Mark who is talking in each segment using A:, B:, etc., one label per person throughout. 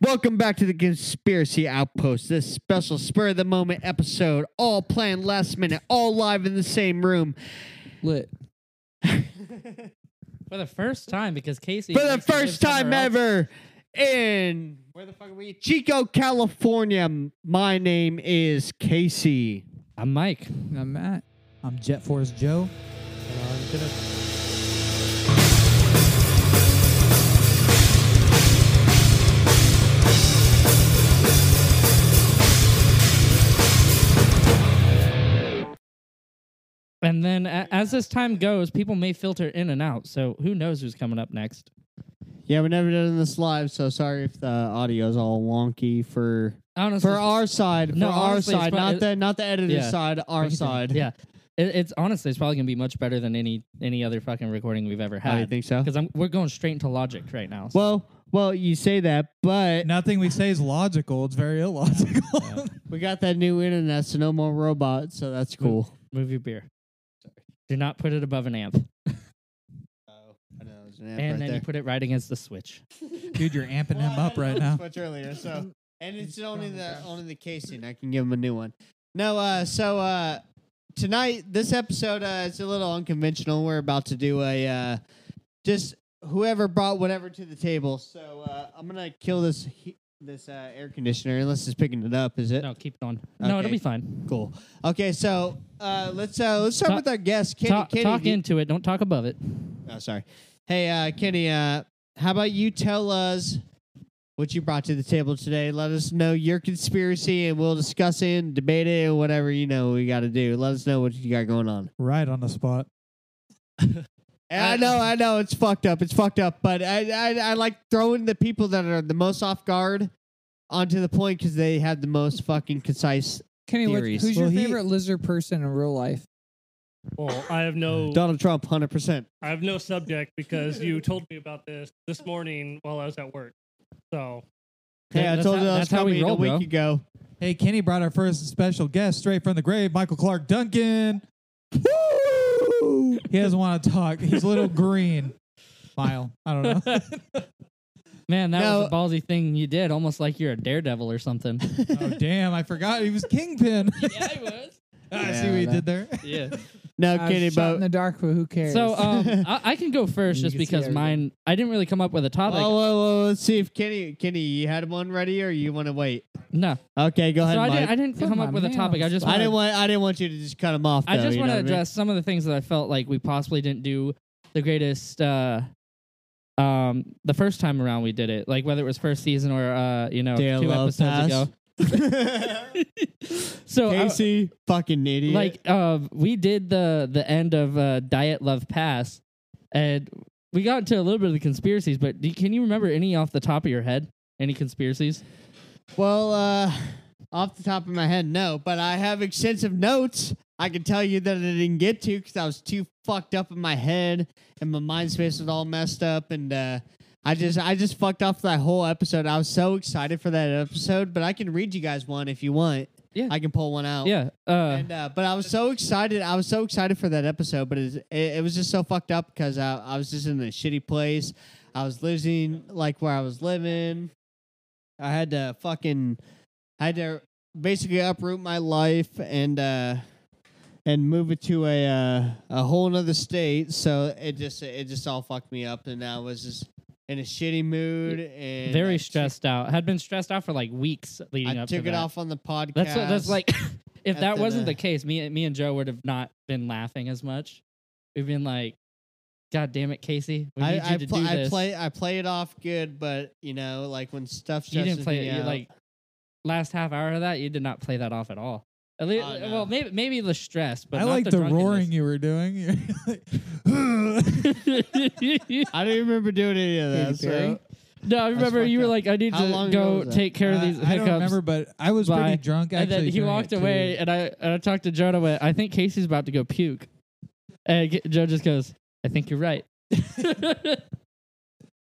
A: Welcome back to the Conspiracy Outpost. This special spur of the moment episode, all planned last minute, all live in the same room
B: Lit.
C: For the first time, because Casey.
A: for the
C: likes to live
A: first time
C: somewhere else.
A: ever in where the fuck are we? Chico, California. My name is Casey.
C: I'm Mike.
B: I'm Matt. I'm Jet Force Joe.
C: And then a- as this time goes, people may filter in and out. So who knows who's coming up next?
A: Yeah, we've never done this live, so sorry if the audio is all wonky for
C: Honestly,
A: for our side,
C: No,
A: for our
C: honestly, it's
A: side,
C: pro-
A: not the not the editor's
C: Yeah.
A: side, our side.
C: yeah, it, it's honestly it's probably gonna be much better than any any other fucking recording we've ever
A: I
C: had.
A: think so.
C: Because I'm we're going straight into logic right now. So
A: Well, well, you say that, but
B: Nothing we say is logical. It's very illogical.
A: we got that new internet, so no more robots, so that's cool.
C: move your beer. Do not put it above an amp,
A: Oh, I know, there's an amp right
C: and then
A: there.
C: you put it right against the switch.
B: Dude, you're amping
A: Well,
B: him
A: I
B: up
A: had
B: right
A: another
B: now.
A: Switch earlier, so and it's
B: He's
A: only
B: strong,
A: the
B: guys.
A: only the casing. I can give him a new one. No, uh, so uh, tonight this episode uh, it's a little unconventional. We're about to do a uh, just whoever brought whatever to the table. So uh, I'm gonna kill this he- this uh, air conditioner unless it's picking it up. Is it?
C: No, keep it on. No, it'll
A: Okay.
C: be fine.
A: Cool. Okay, so uh, let's uh, let's start
C: Ta-
A: with our guest, Kenny.
C: talk
A: Kenny,
C: talk
A: do you-
C: into it. Don't talk above it.
A: Oh, sorry. Hey, uh, Kenny, uh, how about you tell us what you brought to the table today? Let us know your conspiracy, and we'll discuss it and debate it and whatever you know we got to do. Let us know what you got going on.
B: Right on the spot.
C: Uh,
A: And I know, I know, it's fucked up. It's fucked up, but I, I, I like throwing the people that are the most off guard onto the point because they have the most fucking concise.
D: Kenny, what,
A: theories.
D: who's
B: Well,
D: your
B: he-
D: favorite lizard person in real life?
E: Well, I have no
A: Donald Trump, hundred percent.
E: I have no subject because you told me about this this morning while I was at work. So
A: Hey, I
C: That's
A: told
C: how-
A: you that was
C: that's how we
A: coming a
C: roll,
A: week
C: bro.
A: ago.
B: Hey, Kenny brought our first special guest straight from the grave, Michael Clark Duncan. He doesn't want to talk. He's a little green. Smile. I don't know.
C: Man, that
A: No.
C: was a ballsy thing you did, almost like you're a daredevil or something.
B: Oh, damn. I forgot he was Kingpin.
C: yeah, I was.
B: I
A: Yeah,
B: see what you
D: that-
B: did there.
C: Yeah.
A: No,
C: Uh,
D: I was
A: Kenny,
D: shot in
A: but
D: the dark, but who cares?
C: So um, I, I can go first
D: You
C: just
D: can see
C: because
D: everything.
C: mine, I didn't really come up with
A: oh,
C: a topic.
A: whoa, whoa, whoa, let's see if Kenny, Kenny, you had one ready, or you want to wait?
C: no.
A: Okay, go ahead.
C: so I
A: Mike.
C: didn't, I didn't
D: Come
C: come up
D: on,
C: with a
D: man.
C: topic. I just
A: I
C: wanna-
A: didn't want I didn't want you to just cut him off.
C: I
A: though,
C: just
A: you
C: want
A: know
C: to
A: what mean?
C: address some of the things that I felt like we possibly didn't do the greatest uh, um, the first time around we did it, like whether it was first season or uh, you know
A: Dale
C: two
A: Love
C: episodes ago. So I-
A: Casey, fucking idiot.
C: like uh, we did the the end of uh, Diet Love Pass, and we got into a little bit of the conspiracies. But do, can you remember any off the top of your head? Any conspiracies?
A: well, uh, off the top of my head, no, but I have extensive notes. I can tell you that I didn't get to because I was too fucked up in my head and my mind space was all messed up, and uh, I just I just fucked off that whole episode. I was so excited for that episode, but I can read you guys one if you want.
C: Yeah.
A: I can pull one out.
C: Yeah. Uh,
A: and, uh, but I was so excited. I was so excited for that episode, but it, it, it was just so fucked up because I, I was just in a shitty place. I was losing like where I was living. I had to fucking, I had to basically uproot my life and uh, and move it to a uh, a whole nother state. So it just it just all fucked me up, and I was just in a shitty mood and I
C: very
A: took-
C: stressed out. Had been stressed out for like weeks leading
A: I
C: up to
A: took it
C: that.
A: off on the podcast.
C: That's what- that's like if
A: at
C: that
A: the-
C: wasn't the case, me me and Joe would have not been laughing as much. We've been like, God damn it, Casey, we need you
A: I, I,
C: to
A: pl-
C: do
A: I
C: this.
A: play I play it off good, but you know, like when stuff
C: you didn't
A: stresses
C: play
A: me
C: it. You
A: out-
C: like last half hour of that, you did not play that off at all. At least,
A: Oh, no.
C: well, maybe maybe the stress, but
B: I
C: not
B: like the,
C: the,
B: roaring you were doing.
C: roaring.
A: I don't remember doing any of that.
D: Katy
A: So
D: Perry?
C: no, I remember
A: fucked
C: you were
A: up.
C: like, I need
A: How
C: to
A: long ago
C: go
A: was that?
C: take care of
B: Uh,
C: these hiccups.
B: I don't remember, but I was
C: Bye.
B: pretty drunk
C: and
B: actually.
C: then he
B: during
C: walked
B: it, too.
C: away, and I and I talked to Joe. and I went, I think Casey's about to go puke. And G- Joe just goes, I think you're right.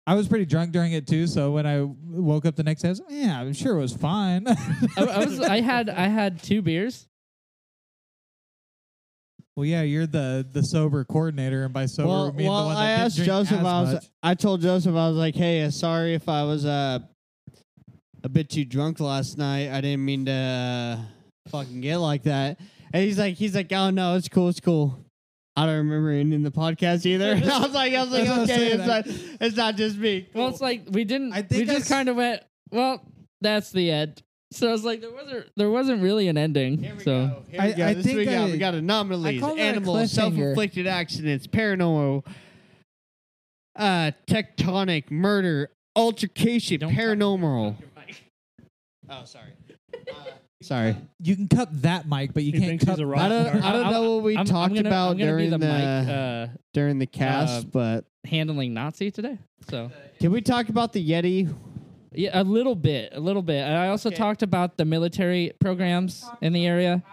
B: I was pretty drunk during it too, so when I woke up the next day, I was like, yeah, I'm sure it was fine.
C: I, I was I had I had two beers.
B: well, yeah, you're the the sober coordinator, and by sober,
A: well,
B: we mean
A: well
B: the one
A: I
B: that didn't
A: asked
B: drink
A: Joseph.
B: as
A: I was
B: much.
A: I told Joseph I was like, hey, uh, sorry if I was uh bit too drunk last night. I didn't mean to uh, fucking get like that." And he's like, "He's like, oh no, it's cool, it's cool." I don't remember it in the podcast either. And I was like, "I was like,
B: That's what I'm
A: okay,
B: saying,
A: it's not, it's not just me."
C: Well, it's like we didn't.
B: I think
C: we
B: I
C: just
B: s-
C: kind of went. Well, that's the end. So I was like, there wasn't there wasn't really an ending.
A: Here we
C: so
A: go. Here
B: I-
A: we go.
B: I
A: this
B: think
A: we got.
B: I-
A: We got anomalies,
D: I call that a
A: animals,
D: cliffhanger.
A: self-inflicted accidents, paranormal, uh, tectonic murder, altercation,
C: Don't-
A: paranormal. Oh, sorry. sorry.
B: You can cut that mic, but you
E: He
B: can't
E: thinks
B: cut
E: he's a rock
A: I don't. I
E: star.
A: don't
C: I'll-
A: know what we
C: I'm- I'm
A: talked
C: gonna-
A: about
C: I'm gonna
A: during
C: be
A: the,
C: mic, uh,
A: during the cast,
C: uh,
A: but
C: handling Nazi today. So
A: can we talk about the Yeti?
C: yeah, a little bit, a little bit. And I also
A: Okay.
C: talked about the military programs in the area.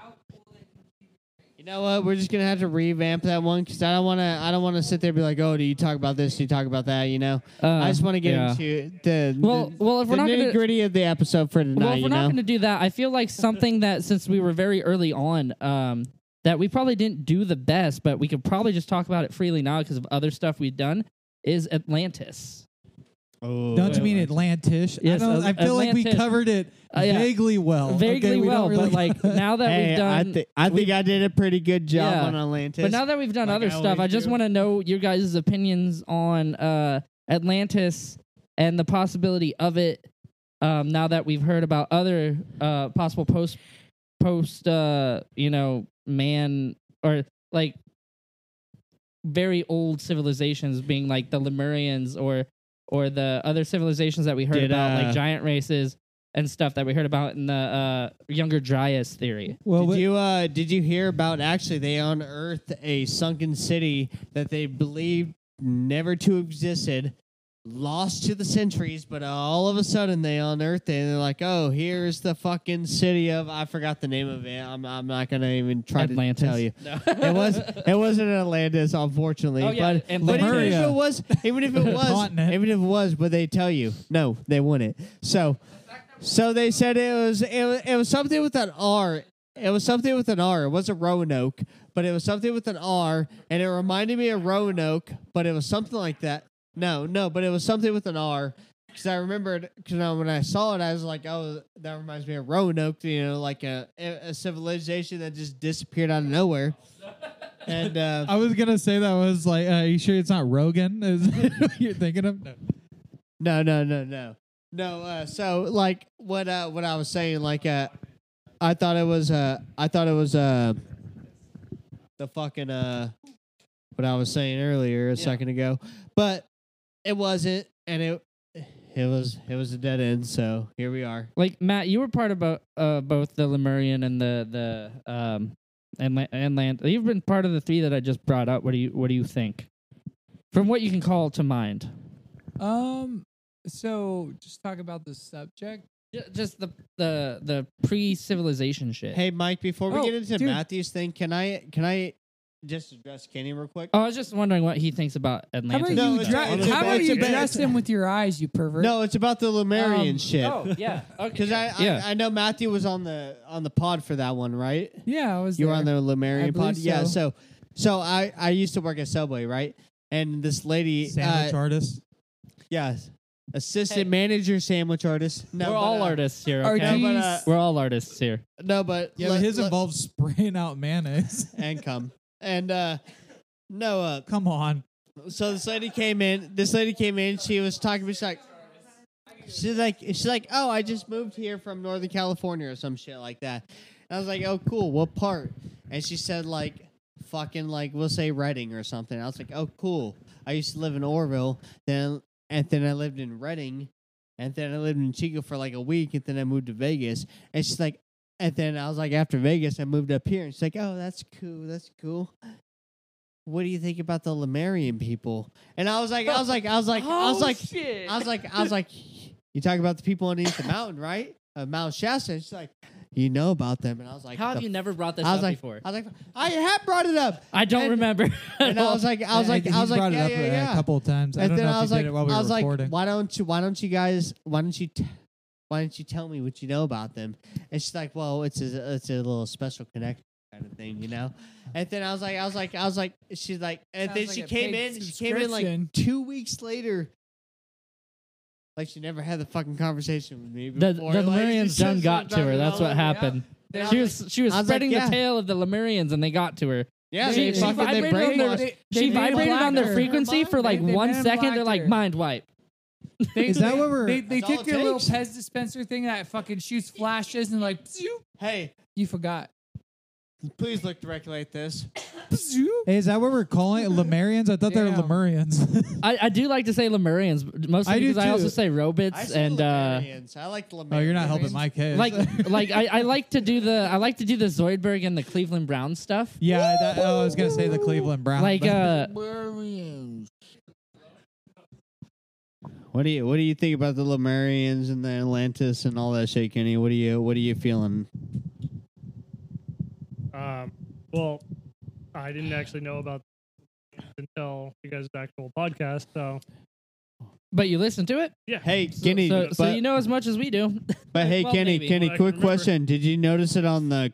A: You know what? We're just gonna have to revamp that one because I don't want to. I don't want to sit there and be like, "Oh, do you talk about this? Do you talk about that?" You know.
C: Uh,
A: I just want to get
C: yeah.
A: into the
C: Well,
A: the,
C: well, if we're not
A: nitty
C: gonna,
A: gritty of the episode for tonight.
C: well, if
A: you
C: we're
A: know.
C: not going to do that, I feel like something that since we were very early on, um, that we probably didn't do the best, but we could probably just talk about it freely now because of other stuff we've done. Is Atlantis?
A: oh,
B: Don't you mean Atlantis?
C: Yes,
B: I, don't, I feel like we
C: Atlantis.
B: covered it
C: Uh, yeah.
B: vaguely well.
C: Vaguely
B: Oh, okay? we
C: well,
B: don't really
C: but like now that
A: Hey,
C: we've done,
A: I, thi- I think I did a pretty good job
C: Yeah.
A: on Atlantis.
C: but now that we've done
E: like
C: other
E: I
C: stuff,
E: always
C: I just
E: do.
C: want to know your guys' opinions on uh, Atlantis and the possibility of it. Um, now that we've heard about other uh, possible post post, uh, you know, man or like very old civilizations being like the Lemurians or or the other civilizations that we heard
A: Did,
C: about,
A: uh,
C: like giant races and stuff that we heard about in the uh, younger Dryas theory.
B: well,
A: did
B: we-
A: you uh did you hear about actually they unearthed a sunken city that they believed never to existed, lost to the centuries, but all of a sudden they unearthed it and they're like, oh, here's the fucking city of I forgot the name of it. I'm I'm not gonna even try
C: Atlantis.
A: to tell you. It was it wasn't Atlantis, unfortunately.
C: Oh, yeah,
A: but
C: and
A: but even if
B: Lemuria.
A: it was, even if it was,
B: Continent.
A: even if it was, would they tell you? No, they wouldn't. So, so they said it was it was, it was something with an R. It was something with an R. It wasn't Roanoke, but it was something with an R, and it reminded me of Roanoke, but it was something like that. No, no, but it was something with an R. Because I remembered, because when I saw it, I was like, "Oh, that reminds me of Roanoke," you know, like a a a civilization that just disappeared out of nowhere. And uh,
B: I was gonna say that was like, uh, you sure it's not Rogan? Is what you're thinking of?
A: Uh,
B: No.
A: No, no, no, no, no. Uh, so like what uh, what I was saying, like uh, I thought it was uh, I thought it was uh, the fucking uh, what I was saying earlier a second ago, but it wasn't, and it it was it was a dead end. So here we are.
C: like Matt, you were part of bo- uh, both the Lemurian and the the um and la- and land. You've been part of the three that I just brought up. What do you what do you think? From what you can call to mind,
D: Um. So just talk about the subject.
C: Ju- just the the the pre civilization shit.
A: Hey Mike, before we
D: Oh,
A: get into
D: dude.
A: Matthew's thing, can I can I just address Kenny real quick?
C: oh, I was just wondering what he thinks about Atlantis.
D: How about
A: No,
D: you,
A: it's
D: dra-
A: a- it's a-
D: how about
A: it's a
D: you
A: bad-
D: dress him with your eyes, you pervert?
A: No, it's about the Lemurian
D: Um,
A: shit.
C: Oh yeah,
A: Because I,
C: Yeah.
A: I I know Matthew was on the on the pod for that one, right?
D: Yeah, I was.
A: You were
D: there.
A: on the Lemurian
D: I
A: pod?
D: believe
A: Yeah.
D: so.
A: So, so I I used to work at Subway, right? And this lady,
B: Sandwich
A: uh,
B: artist.
A: yes, assistant manager, sandwich artist. No,
C: we're
A: but,
C: all
A: uh,
C: artists here.
D: Are
C: Okay,
A: No, but, uh,
D: these-
C: we're all artists here.
A: No, but
B: Yeah,
A: le-
B: but his
A: le-
B: involves spraying out mayonnaise.
A: and come and uh, no. Uh,
B: Come on.
A: so this lady came in. This lady came in. She was talking. She's like, she's like, she's like, oh, I just moved here from Northern California or some shit like that. And I was like, oh, cool. What part? And she said like, fucking like we'll say Reading or something. I was like, oh, cool. I used to live in Orville, then and then I lived in Reading, and then I lived in Chico for like a week, and then I moved to Vegas. And she's like, and then I was like, after Vegas, I moved up here. And she's like, oh, that's cool. That's cool what do you think about the Lemurian people? And I was like, I was like, I was like, I
C: Oh,
A: was like, I was like, I was like, you talk about the people underneath the mountain, right? Uh, Mount Shasta. And she's like, you know about them. And I was like,
C: How have
A: the
C: you never brought this
A: I was
C: up
A: like,
C: before?
A: I was like, I have brought it up.
C: I don't
A: and-
C: remember.
A: And I was like, I was like,
B: he's
A: I was like,
B: brought it
A: yeah,
B: up
A: yeah,
B: uh,
A: yeah.
B: a couple of times. I
A: and
B: don't
A: then
B: know if
A: I was
B: he
A: like,
B: did it while we
A: I was
B: were
A: like,
B: recording.
A: why don't you, why don't you guys, why don't you, t- why don't you tell me what you know about them? And she's like, well, it's a, it's a little special connection kind of thing, you know. And then I was like, I was like, I was like, she's like, and
D: Sounds
A: then
D: like
A: she
D: a
A: came
D: paid
A: in, she came in like
D: subscription.
A: two weeks later. Like she never had the fucking conversation with me
C: The,
A: before.
C: the
A: Like,
C: Lemurians
A: she
C: done
A: just
C: got to
A: started
C: her. That's
A: all
C: what
A: over.
C: happened.
D: They-
C: She was she was
A: I was like,
C: spreading
A: yeah.
C: the tale of the Lemurians, and they got to her.
A: Yeah,
C: She-
A: they
C: she
A: fucking they
C: vibrated on their-
A: brainwashed.
D: They
C: she
D: man
C: vibrated on
D: blocked
C: their
D: her.
C: frequency for like
D: They- they
C: one
D: man
C: second. They're
D: blocked
C: like
D: her.
C: mind wipe.
D: They,
B: Is that what we're-
D: They, they
A: That's all
D: took
A: it
D: your little
A: takes.
D: Pez dispenser thing that fucking shoots flashes and like pzoop,
A: Hey,
D: you forgot.
A: please look directly at this.
D: Pzoop.
B: Hey, is that what we're calling it? Lemurians? I thought they were
D: Damn.
B: Lemurians.
C: I, I do like to say Lemurians mostly
B: I do
C: because I
B: too.
C: also say
A: I
C: Robits
A: say
C: and uh,
A: Lemurians. I like Lemurians.
B: oh, you're not helping my case.
C: like like I, I like to do the I like to do the Zoidberg and the Cleveland Brown stuff.
B: yeah, that, oh, I was gonna say the Cleveland Browns.
C: Like
B: but-
C: uh,
A: What do you What do you think about the Lemurians and the Atlantis and all that shit, Kenny? What do you What are you feeling?
E: Um, well, I didn't actually know about until you guys' actual podcast. So
C: but you listen to it,
E: yeah,
A: Hey,
E: So-
A: Kenny.
C: so
A: but,
C: so you know as much as we do.
A: but hey,
C: well,
A: Kenny.
C: maybe.
A: Kenny,
E: Well, I can
A: quick
E: remember.
A: question. Did you notice it on the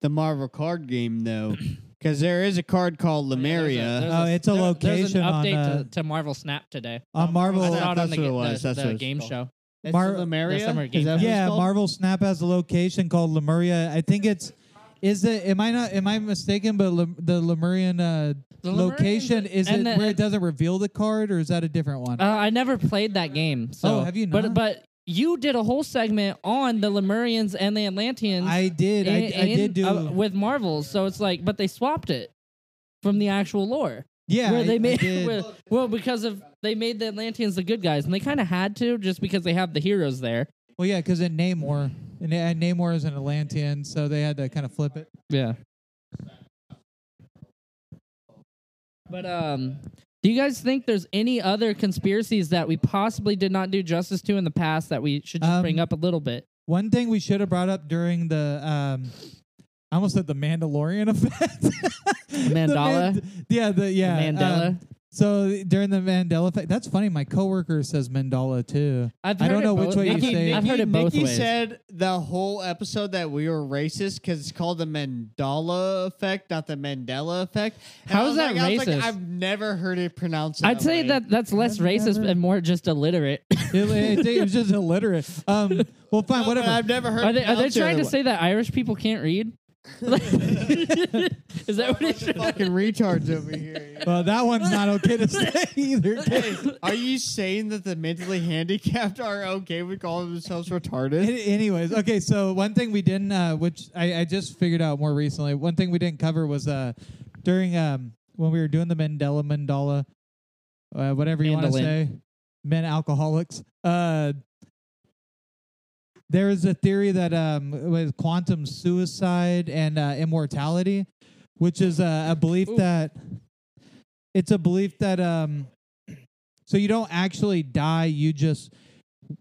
A: the Marvel card game though? Because there is a card called Lemuria.
B: a- Oh, it's a
C: there- There's
B: location
C: an
B: on,
C: update
B: uh,
C: to, to Marvel Snap today.
B: on Marvel.
A: I
C: It's
A: thought
C: not on
A: that's
C: the,
A: what it
C: ga-
A: was.
C: the,
A: That's
C: the
A: what it's
C: game
A: called.
C: show.
A: It's
B: Mar-
A: the Lemuria.
C: The summer
A: Is
C: game
A: that what it's
B: yeah,
A: called?
B: Marvel Snap has a location called Lemuria. I think it's is it am I not am I mistaken? But Lem, the Lemurian uh,
C: The Lemurian-
B: location is it
C: and the-
B: where it doesn't reveal the card, or is that a different one?
C: Uh, I never played that game. So
B: Oh, have you
C: But
B: not?
C: but you did a whole segment on the Lemurians and the Atlanteans.
B: I did, I,
C: in-
B: I did do
C: uh, with Marvel. So it's like, but they swapped it from the actual lore.
B: yeah.
C: where
B: I- I
C: they made
B: did.
C: where- well because of they made the Atlanteans the good guys, and they kind of had to just because they have the heroes there.
B: well, yeah, because in Namor, and uh, Namor is an Atlantean, so they had to kind of flip it.
C: Yeah. But um, do you guys think there's any other conspiracies that we possibly did not do justice to in the past that we should just
B: Um,
C: bring up a little bit?
B: One thing we should have brought up during the um I almost said the Mandalorian effect. The
C: Mandala?
B: Mand- yeah, the yeah. um,
C: Mandela.
B: so during the Mandela effect, that's funny. My coworker says Mandala too.
C: I've
B: I don't
C: heard it
B: know which
C: both-
B: way you
C: Nikki-
B: say. it.
C: I've heard it both
A: Nikki
C: ways.
A: said the whole episode that we were racist because it's called the Mandala effect, not the Mandela effect. And I
C: How is
A: was
C: that
A: like- I was like,
C: racist?
A: I've never heard it pronounced.
C: I'd say
A: way.
C: that that's less
B: I've
C: racist
B: never-
C: and more just illiterate.
B: It, it- it was just illiterate. Um, well, fine,
A: No, but
B: whatever.
A: Oh, I've never heard.
C: are they
A: it
C: are they
A: pronounced the
C: trying
A: other
C: to
A: way.
C: say that Irish people can't read? Is that what
A: Bunch
C: it's
A: of fucking retards over here?
B: well, that one's not okay to say either.
A: Hey, are you saying that the mentally handicapped are okay with calling themselves retarded?
B: An- Anyways, okay. So one thing we didn't, uh, which I, I just figured out more recently, one thing we didn't cover was uh, during um, when we were doing the Mandela Mandala, uh, whatever you want to
C: Mandolin.
B: say, men alcoholics. Uh, there is a theory that um, was quantum suicide and uh, immortality, which is uh, a belief
C: Ooh.
B: that it's a belief that um, so you don't actually die, you just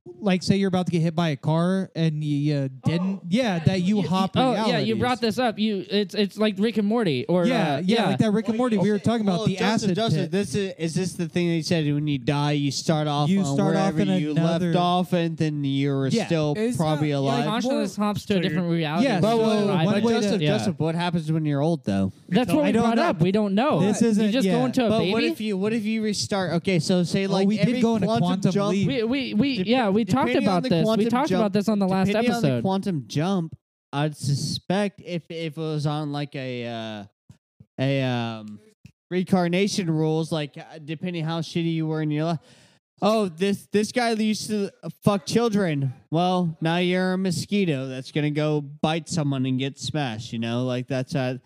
B: like say you're about to get hit by a car and you, uh didn't yeah that you, hop
C: Oh yeah,
B: realities.
C: Oh, you brought this up. You it's it's like Rick and Morty or
B: yeah,
C: uh,
B: yeah like that rick and morty we were talking about
A: Well,
B: the
A: Justin,
B: acid
A: Justin,
B: pit.
A: this is is this the thing they said when you die, you start off
B: You
A: on
B: start off
A: wherever
B: in
A: you
B: another-
A: left off, and then you're
B: Yeah.
A: still
D: It's
A: probably
D: not-
A: alive.
D: like,
C: Consciousness hops to a
E: So you're-
C: different reality.
B: Yeah,
C: and
B: so
C: you
B: one
C: arrive
A: but
C: at-
B: way to-
A: Joseph,
C: yeah.
A: Joseph, what happens when you're old though?
C: That's what
B: I
C: we
B: don't
C: brought
B: know.
C: up. We don't know.
B: This
C: you
B: isn't-
C: just
B: yeah.
C: go into a
A: but
C: baby.
A: what if you what if you restart? Okay, so say like
B: Oh, we did
A: every
B: go into
A: quantum,
B: quantum
A: jump,
B: leap.
C: we we, we
A: Dep-
C: yeah we talked
A: depending on
C: about
A: the
C: this. We
A: quantum
C: talked
A: jump-
C: about this on the last
A: depending on the
C: episode.
A: quantum jump, I'd suspect if if it was on like a uh, a um, reincarnation rules, like uh, depending how shitty you were in your life. Oh, this this guy used to fuck children. Well, now you're a mosquito that's gonna go bite someone and get smashed. You know, like that's a,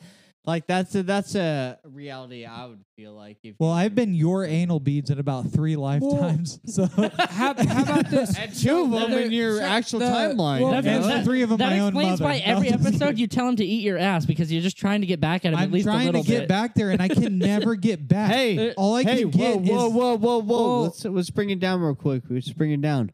A: like that's a that's a reality. I would feel like if
B: well i've been your anal beads in about three lifetimes so
D: How, how about this?
A: at two of them in your
D: So
A: actual
D: the-
A: timeline.
D: well,
A: you
B: and
A: know?
B: the three of them
C: that
B: my own
C: explains
B: mother
C: why
B: No,
C: every
B: I'm just kidding.
C: episode you tell him to eat your ass because you're just trying to get back at him at
B: i'm
C: least a
B: trying to
C: little
B: get
C: bit.
B: back there and i can never get back
A: Hey,
B: all i
A: Uh, hey, whoa,
B: can get
A: whoa,
B: is Oh.
A: whoa, whoa, whoa!
D: Well-
A: Let's let's bring it down real quick. Let's bring it down.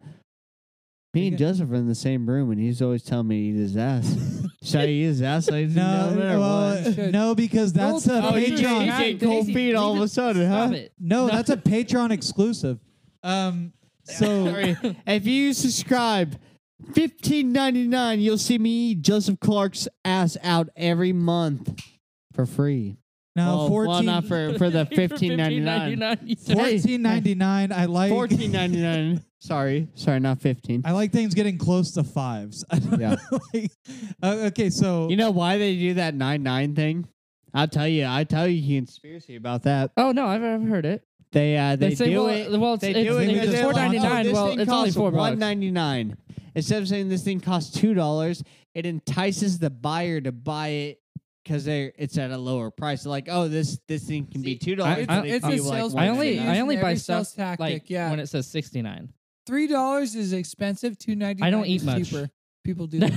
A: Me and
B: Okay.
A: Joseph are in the same room, and he's always telling me to eat his ass. Should I eat his ass? I didn't
B: no
A: know matter
B: well, uh,
A: what.
D: should.
B: no because that's a
D: Oh,
A: he getting-
D: Patreon.
A: he
B: patreon
D: Matt,
A: getting cold
C: Daisy,
A: feet all
C: leave
A: of a
C: it.
A: sudden,
C: Stop
A: huh?
C: it.
B: no that's a patreon exclusive um so
A: Sorry. if you subscribe, fifteen ninety nine, you'll see me eat Joseph Clark's ass out every month for free.
B: now
A: well,
B: 14
A: well, not for for the
C: For
A: fifteen ninety nine.
C: 15.99, you said.
A: Hey.
B: Fourteen ninety nine. I like
A: Fourteen ninety nine. Sorry, sorry, not fifteen.
B: I like things getting close to fives. I don't
A: Yeah.
B: know, like- uh, okay, so
A: You know why they do that nine nine thing? I'll tell you. I tell you conspiracy about that.
C: Oh no, I've, I've heard it.
A: They uh, they,
C: They say,
A: do
C: well,
A: it.
C: uh, well, it's-
A: they
C: it's-
A: do it
B: maybe
A: because
B: it's
A: they're like,
B: 4.99.
A: oh, this
C: Well,
A: thing
C: it's only
A: costs
C: four bucks.
A: One ninety nine. Instead of saying this thing costs two dollars, it entices the buyer to buy it because they it's at a lower price. Like, oh, this this thing can be two dollars.
C: I-
D: it's a sales
C: I only
D: Using
C: I only buy
D: every
C: stuff
D: sales tactic,
C: like
D: yeah.
C: when it says sixty nine.
D: Three dollars is expensive. Two ninety.
C: I don't eat much.
D: Cheaper. People do. that.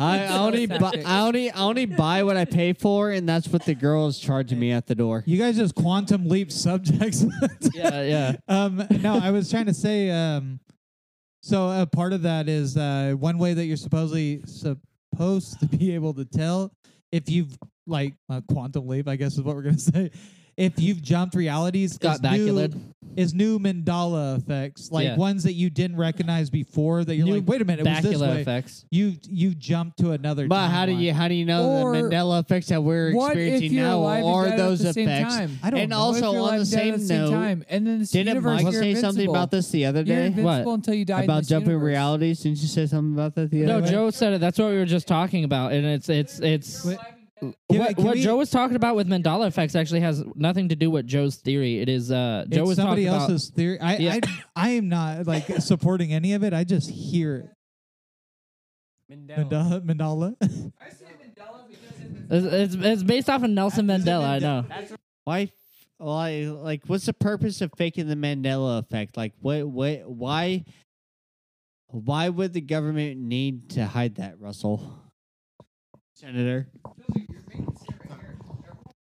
A: I
D: Sales
A: only buy,
D: tactics.
A: I only I only buy what I pay for, and that's what the girl is charging me at the door.
B: you guys just quantum leap subjects.
C: yeah, yeah.
B: um, no, I was trying to say. Um, so a part of that is uh, one way that you're supposedly supposed to be able to tell if you've like uh, quantum leap. I guess is what we're gonna say. If you've jumped realities, is
C: Scott
B: new-
C: Bakula.
B: is new Mandala effects, like
C: Yeah.
B: ones that you didn't recognize before. That you're
C: New
B: like, wait a minute, it was this
C: Bakula
B: way.
C: effects.
B: You you jumped to another.
A: But how do
B: timeline.
A: you how do you know
D: Or
A: the Mandela effects that we're
D: what if
A: experiencing
D: you're
A: now
D: alive
A: are
D: and dead
A: those
D: at the
A: effects?
D: Same time?
B: I don't
A: and
B: know.
A: also
D: What if you're
A: on the
D: alive and dead at
A: same
D: the
A: note,
D: time? and then this
A: didn't
D: universe,
A: Mike
D: you're
A: say something
D: invincible.
A: about this the other
D: You're
A: day?
D: invincible until you die. in
A: about
D: this
A: jumping
D: universe.
A: realities? Didn't you say something about that the
C: No,
A: other day?
C: Joe said it. That's what we were just talking about, and it's it's it's
B: Wait. Can we-
C: what,
B: can
C: what
B: we-
C: Joe was talking about with mandala effects actually has nothing to do with Joe's theory. It is uh Joe
B: it's
C: was
B: somebody
C: talking about
B: else's theory. I,
C: Yeah.
B: I I am not like supporting any of it. I just hear it. Mandala. Mandala.
C: it's, it's it's based off of Nelson Mandela. I know.
A: Why? f- Why? Like, what's the purpose of faking the Mandela effect? Like, what? What? Why? Why would the government need to hide that, Russell? Senator,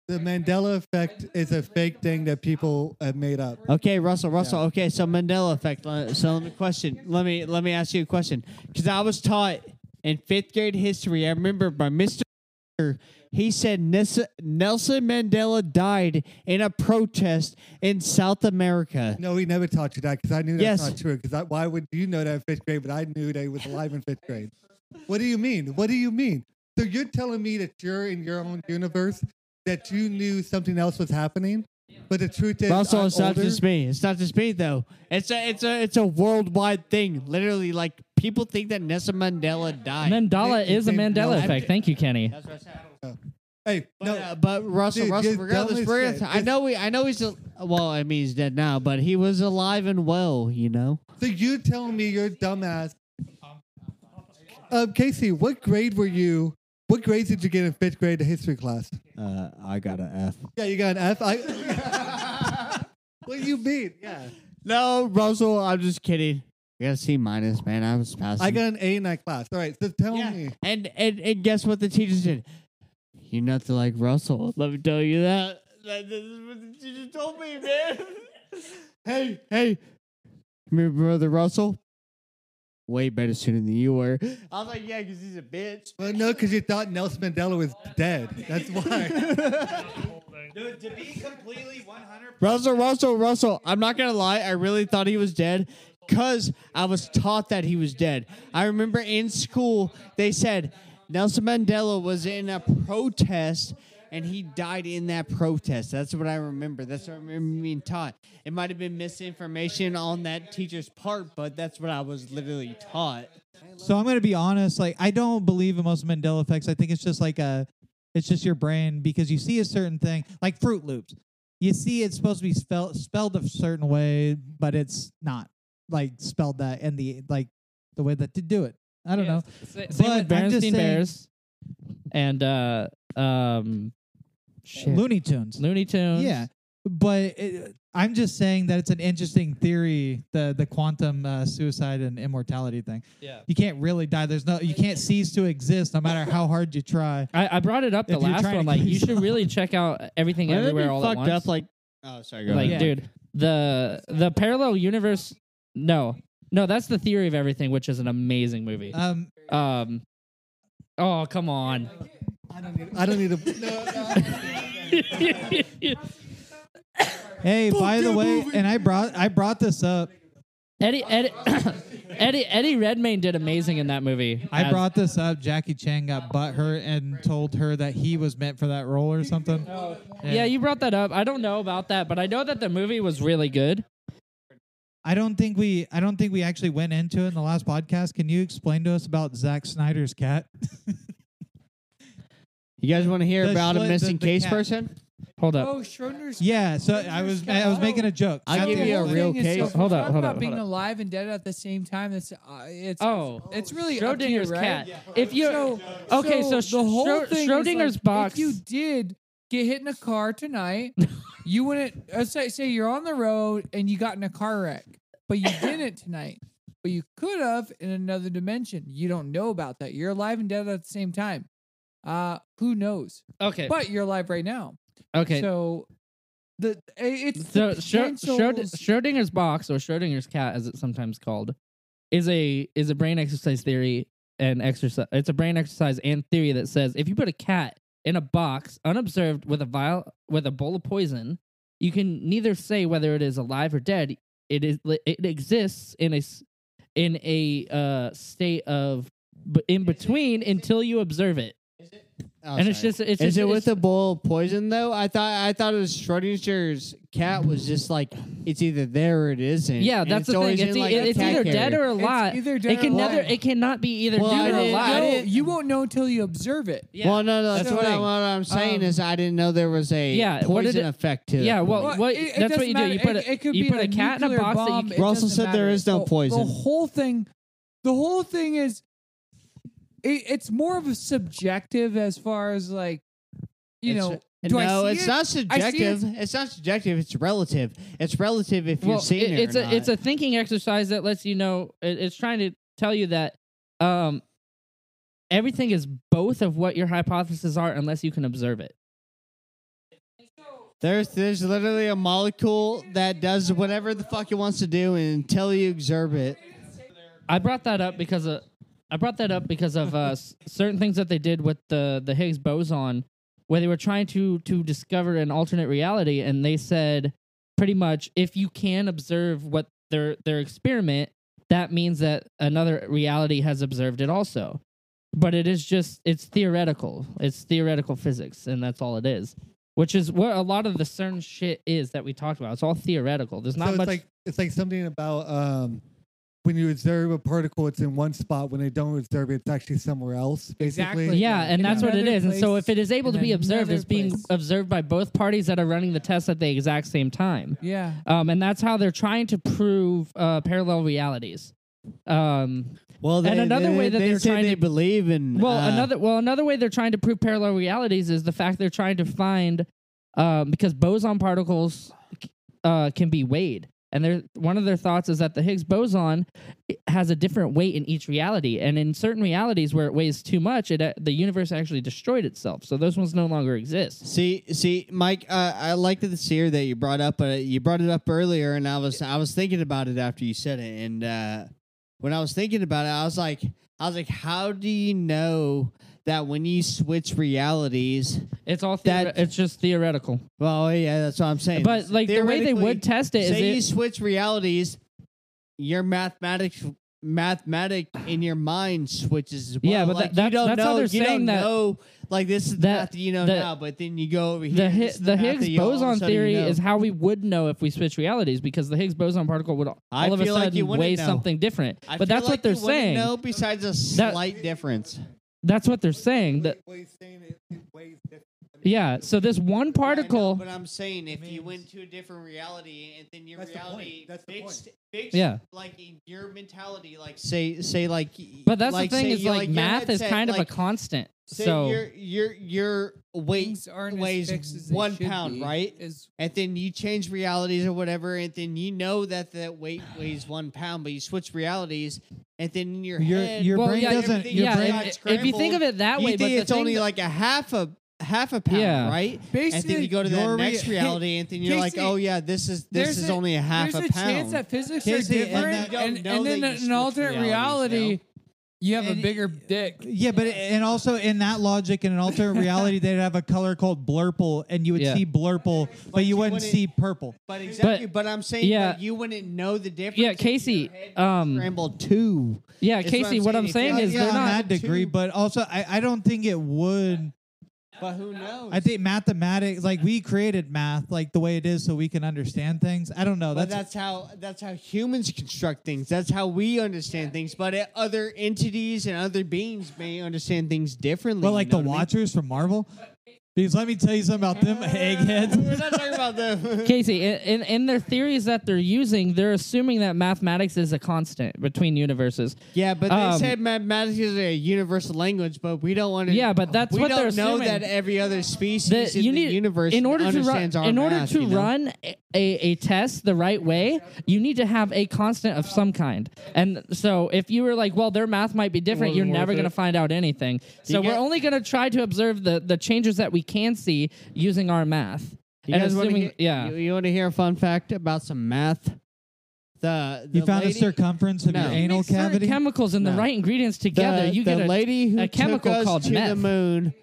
F: The Mandela effect is a fake thing that people have made up.
A: Okay, Russell, Russell. Okay, so Mandela effect. Le- So let me question. Let me let me ask you a question because I was taught in fifth grade history. I remember by Mister. He said Nes- Nelson Mandela died in a protest in South America.
F: No, he never taught you that because I knew that's
A: Yes.
F: not true. Because why would you know that in fifth grade? But I knew they was alive in fifth grade. What do you mean? What do you mean? So you're telling me that you're in your own universe that you knew something else was happening, but the truth is,
A: Russell,
F: I'm
A: it's not
F: older.
A: just me. It's not just me though. It's a it's a it's a worldwide thing. Literally, like people think that Nelson Mandela died.
C: Mandala
F: Thank you,
C: is a
F: thank you.
C: Mandela
F: No, I-
C: effect. Thank you, Kenny.
A: That's what I said.
F: Hey,
A: But,
F: no,
A: uh, but Russell,
F: Dude,
A: Russell,
F: you're dumb
A: regardless,
F: as
A: we're
F: shit.
A: gonna- I know we, I know he's, a, well, I mean he's dead now, but he was alive and well, you know.
F: So you telling me you're dumbass? Um, Casey, what grade were you? What grades did you get in fifth grade, the history class?
A: Uh, I got an F.
F: Yeah, you got an F. I. what do you mean? Yeah,
A: No, Russell, I'm just kidding. I got a C minus, man. I was passing.
F: I got an A in that class. All right, so tell
A: Yeah.
F: me.
A: And, and and guess what the teachers did? You're nothing like Russell. Let me tell you that. That- This is what the teacher told me, man. hey, hey, my brother Russell. Way better student than you were. I was like, yeah, because he's a bitch.
F: Well, no, because you thought Nelson Mandela was dead. That's why.
A: Russell, Russell, Russell. I'm not gonna lie, I really thought he was dead because I was taught that he was dead. I remember in school they said Nelson Mandela was in a protest and he died in that protest. That's what I remember. That's what I remember being taught. It might have been misinformation on that teacher's part, but that's what I was literally taught.
B: so I'm gonna be honest. Like I don't believe in most Mandela effects. I think it's just like a, it's just your brain because you see a certain thing like Fruit Loops. You see it's supposed to be spelled spelled a certain way, but it's not like spelled that in the like the way that to do it. I don't know.
C: Same
B: But
C: with
B: I'm just
C: Berenstein
B: saying-
C: Bears and uh um shit.
B: Looney Tunes.
C: Looney Tunes.
B: Yeah, but it, I'm just saying that it's an interesting theory the the quantum uh, suicide and immortality thing.
C: Yeah.
B: You can't really die. There's no. You can't cease to exist no matter how hard you try.
C: I, I brought it up the
B: If you're
C: last
B: trying to
C: one. Like
B: keep
C: you should
B: yourself-
C: really check out everything
A: Wouldn't it
C: everywhere
A: be
C: all
A: fucked
C: at once.
A: up like Oh, sorry, go
C: like
A: ahead.
C: dude the the parallel universe no no that's the theory of everything which is an amazing movie
B: Um,
C: um oh come on
F: I don't need to. No, no.
B: hey, by the way, and I brought I brought this up.
C: eddie eddie eddie eddie redmayne did amazing in that movie
B: I
C: As-
B: brought this up. Jackie Chan got butt hurt and told her that he was meant for that role or something.
C: yeah. you brought that up i don't know about that but i know that the movie was really good
B: I don't think we I don't think we actually went into it in the last podcast. Can you explain to us about Zack Snyder's cat?
A: You guys want to hear
B: The
A: about
B: sli-
A: a
B: the-
A: missing
B: the
A: case
B: cat.
A: person?
C: Hold up.
D: Oh, Schrodinger's.
B: yeah, so I was I was making a joke.
A: I'll
B: Not
A: give
B: the-
A: you a
D: whole
A: real
D: thing is so-
A: case.
C: Hold up,
D: talk
C: hold
D: about
C: up,
D: being
C: hold up.
D: alive and dead at the same time. That's uh, it's
C: Oh,
D: it's really up to you,
C: Schrodinger's
D: right?
C: cat. If you
D: So,
C: okay, so, Sch-
D: the whole
C: Schro-
D: thing is
C: Schrodinger's
D: like,
C: box.
D: If you did get hit in a car tonight, you wouldn't. Uh, say, say you're on the road and you got in a car wreck, but you didn't tonight. But you could have in another dimension. You don't know about that. You're alive and dead at the same time. Uh, who knows?
C: okay,
D: But you're alive right now.
C: okay.
D: So the i- it's
C: So
D: the
C: Schro- Schro-
D: potentials-
C: Schrodinger's box or Schrodinger's cat, as it's sometimes called, is a is a brain exercise theory and exercise. It's a brain exercise and theory that says if you put a cat in a box unobserved with a vial with a bowl of poison, you can neither say whether it is alive or dead. It is it exists in a s- in a uh, state of b- in between until you observe it,
A: Oh,
C: and it's
A: sorry.
C: just it's
A: Is
C: just,
A: it
C: it's-
A: with a bowl of poison though? I thought I thought it was Schrodinger's cat was just like it's either there or it isn't.
C: yeah,
A: And
C: that's the thing.
A: always
C: It's,
A: in,
C: e-
A: like, a
C: it's
A: cat
C: either
A: carrier.
C: dead or
D: It's
C: alive.
D: either dead
C: It
D: or
C: can
D: alive.
C: never. It cannot be either
A: Well, I
C: dead or
A: didn't
C: alive.
A: know-
D: No, you won't know until you observe it.
C: Yeah.
A: Well, no, no, that's
D: That's the
A: what, I,
D: thing.
A: what I'm saying
D: Um,
A: is I didn't know there was a
C: Yeah, what did
A: poison
C: it-
A: effect to it.
C: yeah. Well, what,
D: it- it
C: that's what
D: doesn't
C: you do. You
D: matter.
C: put
D: it,
C: a,
D: it could
C: you
D: be
C: put a cat in a
D: nuclear
C: box
D: bomb.
C: that
D: It
C: you
A: Russell
D: doesn't
A: said there
D: matter.
A: is no
D: The-
A: poison.
D: The whole thing, the whole thing is, it, it's more of a subjective as far as like, you
A: It's-
D: know, do I
A: no,
D: see
A: it's
D: it?
A: not
D: I see it.
A: subjective. It's not subjective. It's relative. It's relative if
C: can. Well,
A: you're seeing
C: it-
A: it.
C: it's
A: or
C: a
A: not.
C: it's a thinking exercise that lets you know. It, it's trying to tell you that um, everything is both of what your hypotheses are, unless you can observe it.
A: There's there's literally a molecule that does whatever the fuck it wants to do until you observe it.
C: I brought that up because of I brought that up because of uh, s- certain things that they did with the the Higgs boson, where they were trying to to discover an alternate reality, and they said pretty much if you can observe what their their experiment, that means that another reality has observed it also. But it is just it's theoretical. It's theoretical physics, and that's all it is. Which is what a lot of the CERN shit is that we talked about. It's all theoretical. There's
F: So
C: not
F: it's
C: much.
F: like it's like something about um, when you observe a particle, it's in one spot. When they don't observe it, it's actually somewhere else. Basically,
D: Exactly.
C: Yeah, and
D: In
C: that's what it
D: another
C: is. And so
D: place,
C: if it is able to
D: in
C: be observed,
D: another
C: it's being
D: place.
C: observed by both parties that are running the test at the exact same time.
D: Yeah.
C: Um, and that's how they're trying to prove uh, parallel realities. Um,
A: Well,
C: And another way that
A: they
C: they're
A: say
C: trying
A: they
C: to-
A: believe in
C: well,
A: uh,
C: another well another way they're trying to prove parallel realities is the fact they're trying to find um, because boson particles uh, can be weighed, and their one of their thoughts is that the Higgs boson has a different weight in each reality, and in certain realities where it weighs too much, it uh, the universe actually destroyed itself, so those ones no longer exist.
A: See, see, Mike, uh, I liked the seer that you brought up, but you brought it up earlier, and I was I was thinking about it after you said it, and uh, when I was thinking about it, I was like, I was like, how do you know that when you switch realities?
C: It's all theore-
A: That-
C: it's just theoretical.
A: Well, yeah, that's what I'm saying.
C: But like the way they
A: Theoretically,
C: would test it
A: say you
C: is it,
A: switch realities, your mathematics mathematic in your mind switches as well.
C: Yeah, but
A: like,
C: that- that's-
A: you don't
C: that's how
A: know,
C: they're
A: you
C: saying
A: don't
C: that-
A: know like this is the
C: that-
A: math that you know
C: that-
A: now, but then you go over here.
C: the,
A: and
C: Hi-
A: this is
C: the
A: math
C: Higgs
A: that you all of a
C: boson
A: sudden
C: theory
A: know.
C: is how we would know if we switch realities because the Higgs boson particle would all
A: I
C: of a
A: feel like
C: sudden
A: you wouldn't
C: weigh
A: know.
C: something different.
A: I
C: but
A: feel
C: that's
A: like
C: what they're
A: you wouldn't
C: saying.
A: Know besides a
C: That-
A: slight difference.
C: That's what they're saying. That
F: What he's saying is it weighs different.
C: yeah. So this one particle.
A: but I'm saying if you went to a different reality and then your
F: That's the point.
A: reality
F: That's the
A: fixed, fixed,
C: Yeah.
A: like in your mentality, like say, say, like.
C: but that's the thing
A: say
C: is
A: you-
C: like,
A: your
C: math is
A: headset,
C: kind of
A: like,
C: a constant.
A: Say
C: So
A: your your your weight
D: Things aren't as
A: weighs
D: fixed as they
A: one
D: should
A: pound,
D: be,
A: right?
D: Is
A: and then you change realities or whatever, and then you know that that weight weighs one pound, but you switch realities, and then in your
B: Your-
A: head,
B: your
C: well,
B: brain
C: yeah,
B: doesn't-
A: everything
B: your
A: got
C: yeah.
B: brain-
C: and If, if you think
A: scrambled.
C: of it that
A: you
C: way, but
A: think
C: the
A: it's
C: thing
A: only
C: that-
A: like a half a half a pound,
C: Yeah.
A: right? And
D: basically
A: then you go to
B: your
A: the
B: rea-
A: next reality, and then you're like,
D: Casey,
A: oh yeah, this is this
D: there's
A: is
D: a-
A: only a half
D: there's
A: a
D: a, chance
A: pounds.
D: that physics
B: Casey,
D: are
B: and
D: different,
A: that-
D: and,
A: You
D: and,
A: don't know
D: then
A: that
D: in
A: you
D: an alternate
A: switch realities,
D: reality, you have a
B: And-
D: bigger dick.
B: Yeah, but and also in that logic, in an alternate reality, they'd have a color called blurple, and you would
C: Yeah.
B: see blurple, but, you,
A: you
B: wouldn't,
A: wouldn't-
B: see purple.
A: But exactly, but, I'm saying
C: yeah.
A: like, you wouldn't know the difference.
C: yeah,
A: if your
C: Casey.
A: head
C: Um,
A: scrambled two.
C: yeah,
A: is what
C: Casey.
A: I'm
C: What
A: saying.
C: I'm
A: If
C: saying
A: you-
C: is
B: yeah,
C: they're
B: on
C: not
B: that degree,
A: too-
B: but also I, I don't think it would.
A: But who knows?
B: I think mathematics, like we created math, like the way it is, so we can understand things. I don't
C: Oh,
B: know.
A: But that's
B: That's,
A: how that's how humans construct things. That's how we understand things. But uh, other entities and other beings may understand things differently.
B: well,
A: you
B: like
A: know what
B: the
A: I mean? Uh,
B: Watchers from Marvel. Because let me tell you something about them
A: We're
B: eggheads.
A: not talking about them.
C: Casey, in, in, in their theories that they're using, they're assuming that mathematics is a constant between universes.
A: yeah, but they
C: Um,
A: said mathematics is a universal language, but we don't want to.
C: Yeah, but that's
A: we
C: what
A: don't
C: they're
A: know
C: assuming.
A: that every other species
C: That
A: in
C: you
A: the
C: need
A: universe
C: in order to run
A: understands our
C: in order
A: math,
C: to
A: you know?
C: run a, a test the right way, you need to have a constant of some kind. And so if you were like, well, their math might be different,
E: wasn't
C: you're
E: worth
C: never going to
E: it.
C: find out anything. So
A: You
C: we're
A: get-
C: only going to try to observe the the changes that we can see using our math.
A: You
C: and
A: guys wanna
C: assuming
A: hear-
C: yeah.
A: You, want to hear a fun fact about some math? The, the
B: you found
A: lady,
B: a circumference of
A: No.
B: your
A: You
B: anal
C: mix certain
B: cavity.
C: chemicals and the
A: No.
C: right ingredients
A: the,
C: together, you
A: the
C: get a
A: lady who
C: a chemical
A: took us
C: called
A: to the
C: meth.
A: moon.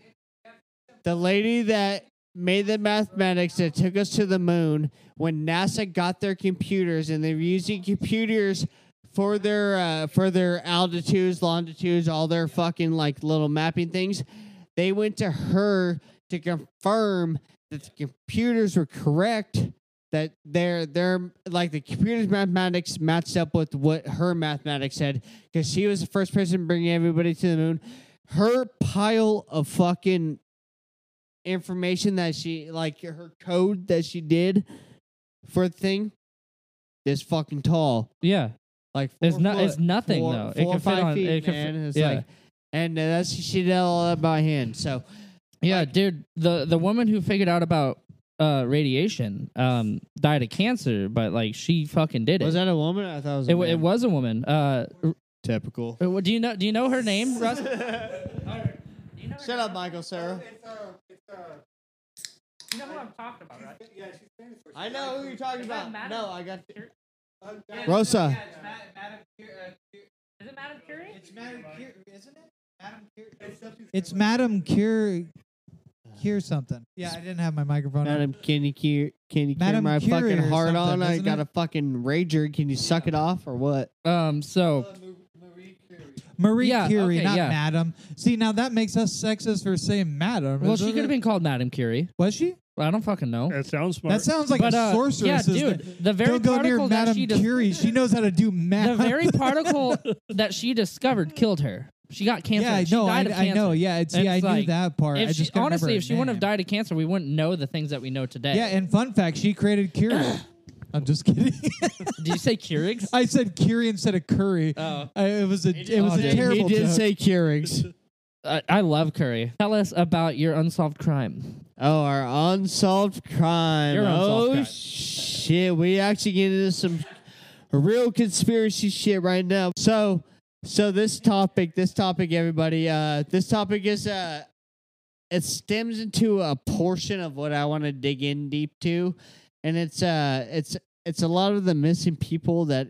A: The lady that made the mathematics that took us to the moon when NASA got their computers and they were using computers for their uh, for their altitudes, longitudes, all their fucking like little mapping things. They went to her to confirm that the computers were correct. That their their like the computer's mathematics matched up with what her mathematics said because she was the first person bringing everybody to the moon. Her pile of fucking information that she like her code that she did for the thing is fucking tall.
C: yeah.
A: Like
C: It's
A: four
C: no- it's
A: foot-
C: nothing,
A: four-
C: though. It
A: Four or
C: can fit
A: five
C: on-
A: feet,
C: it can fit-
A: man. It's
C: yeah.
A: like, and uh, that's she did all that by hand. So
C: Yeah, dude, the the woman who figured out about uh radiation um died of cancer, but like she fucking did it.
A: was that a woman? I thought it was. A
C: it, wa- it
A: man.
C: was a woman. Uh, r-
A: typical.
C: uh, do you know do you know her name, Russ?
A: Shut up, Michael Sarah.
C: You know who I'm talking about, right?
A: I know who you're talking
C: that
A: about.
C: Madam-
A: No, I got Rosa.
C: Is it Madame Curie?
B: It's Madame Cure, isn't it? Madame Cure. It's Madame Cure. Cure something. Yeah, I didn't have my microphone. on.
A: Madam, can you cure, can you cure
B: Madam
A: my
B: Curie
A: fucking
B: or
A: heart on?
B: something,
A: I
B: isn't
A: got
B: it?
A: a fucking rager. Can you suck it off or what?
C: Um, so
B: Marie
C: Yeah,
B: Curie,
C: okay,
B: not
C: yeah.
B: Madam. See, now that makes us sexist for saying Madam.
C: well,
B: Is
C: she
B: that
C: could have
B: it?
C: been called Madame Curie.
B: Was she?
C: I don't fucking know.
E: That sounds smart.
B: That sounds like
C: But,
B: a
C: uh,
B: sorceress.
C: yeah,
B: isn't
C: dude,
B: it?
C: the very
B: Don't go near
C: particle that
B: Madame
C: she dis-
B: Curie. She knows how to do math.
C: The very particle that she discovered killed her. She got cancer.
B: yeah,
C: She
B: no, I,
C: died of
B: I
C: cancer.
B: know. Yeah, it's, yeah, I
C: It's
B: knew
C: like,
B: that part. I
C: If she,
B: just couldn't remember
C: honestly,
B: her
C: if she wouldn't have
B: name.
C: died of cancer, we wouldn't know the things that we know today.
B: Yeah, and fun fact, she created Curie. I'm just kidding.
C: Did you say Keurigs?
B: I said Curie instead of Curry.
C: Oh.
B: I, it was a it was
C: Oh,
B: a
C: dude.
B: terrible
A: he did
B: joke.
A: say Keurigs.
C: I, I love curry. Tell us about your unsolved crime.
A: Oh, our unsolved crime.
C: Your unsolved
A: oh
C: crime.
A: shit, we actually get into some real conspiracy shit right now. So, so this topic, this topic, everybody, uh, this topic is uh, it stems into a portion of what I want to dig in deep to, and it's uh, it's it's a lot of the missing people that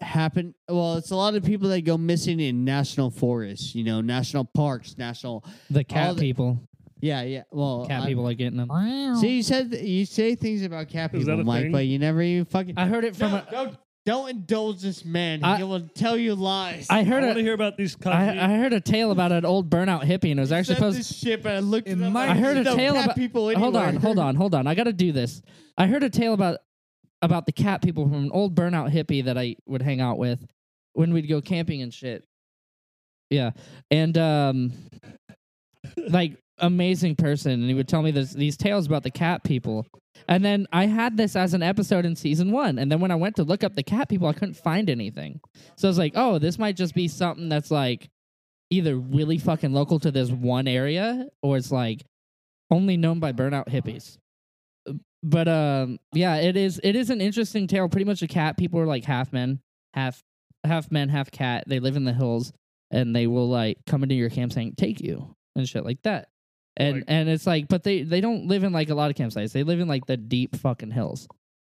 A: happen well it's a lot of people that go missing in national forests you know national parks national
C: The
A: cat
C: cat people.
A: yeah yeah well
C: Cat
A: I-
C: people are getting them.
A: See, you said th- you say things about cat
E: Is that
A: people,
E: a
A: Mike,
E: thing?
A: but you never even fucking.
C: I heard it from. a,
A: don't, don't indulge this man.
C: I-
A: he will tell you lies.
C: I
E: I
C: heard
E: want to
C: a,
E: hear about these.
C: I,
E: Cosby-
C: I heard a tale about an old burnout hippie, and it was actually
A: said
C: supposed.
A: this shit, but I looked it
D: It
A: up.
D: might-
C: I heard a
A: There's no
C: tale
A: cat
C: about.
A: people. Anywhere.
C: Hold on, hold on, hold on. I got to do this. I heard a tale about about the cat people from an old burnout hippie that I would hang out with when we'd go camping and shit. Yeah, and um, like amazing person, and he would tell me this, these tales about the cat people. And then I had this as an episode in season one, and then when I went to look up the cat people, I couldn't find anything. So I was like, oh, this might just be something that's like either really fucking local to this one area, or it's like only known by burnout hippies. But um, yeah, it is it is an interesting tale. Pretty much a cat. People are like half men, half half men, half cat. They live in the hills, and they will like come into your camp saying "take you" and shit like that. And
E: Like-
C: and it's like, but they they don't live in like a lot of campsites. They live in like the deep fucking hills.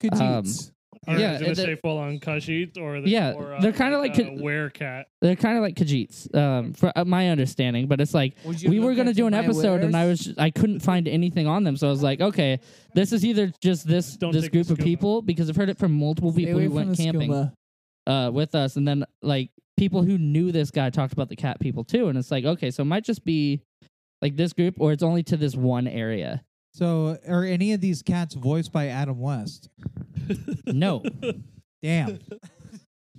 D: Kajeets.
E: Or
C: yeah,
E: is it
C: the-
E: a safe full on Khajiit or the,
C: Yeah,
E: or, uh,
C: they're kinda like-
E: a werecat.
C: They're kind of like Khajiits, um, for uh, my understanding. But it's like
D: Would you
C: we
D: look
C: were gonna
D: at
C: do an
D: my
C: episode, and I
D: wares?
C: was just, I couldn't find anything on them, so I was like, okay, this is either just this
E: Don't
C: this
E: take the
C: group of
E: scuba.
C: people because I've heard it from multiple
D: Stay
C: people
D: away
C: who
D: from
C: went
D: the
C: camping
D: scuba.
C: uh, with us, and then like people who knew this guy talked about the cat people too, and it's like, okay, so it might just be like this group, or it's only to this one area.
B: So are any of these cats voiced by Adam West?
C: No,
B: Damn.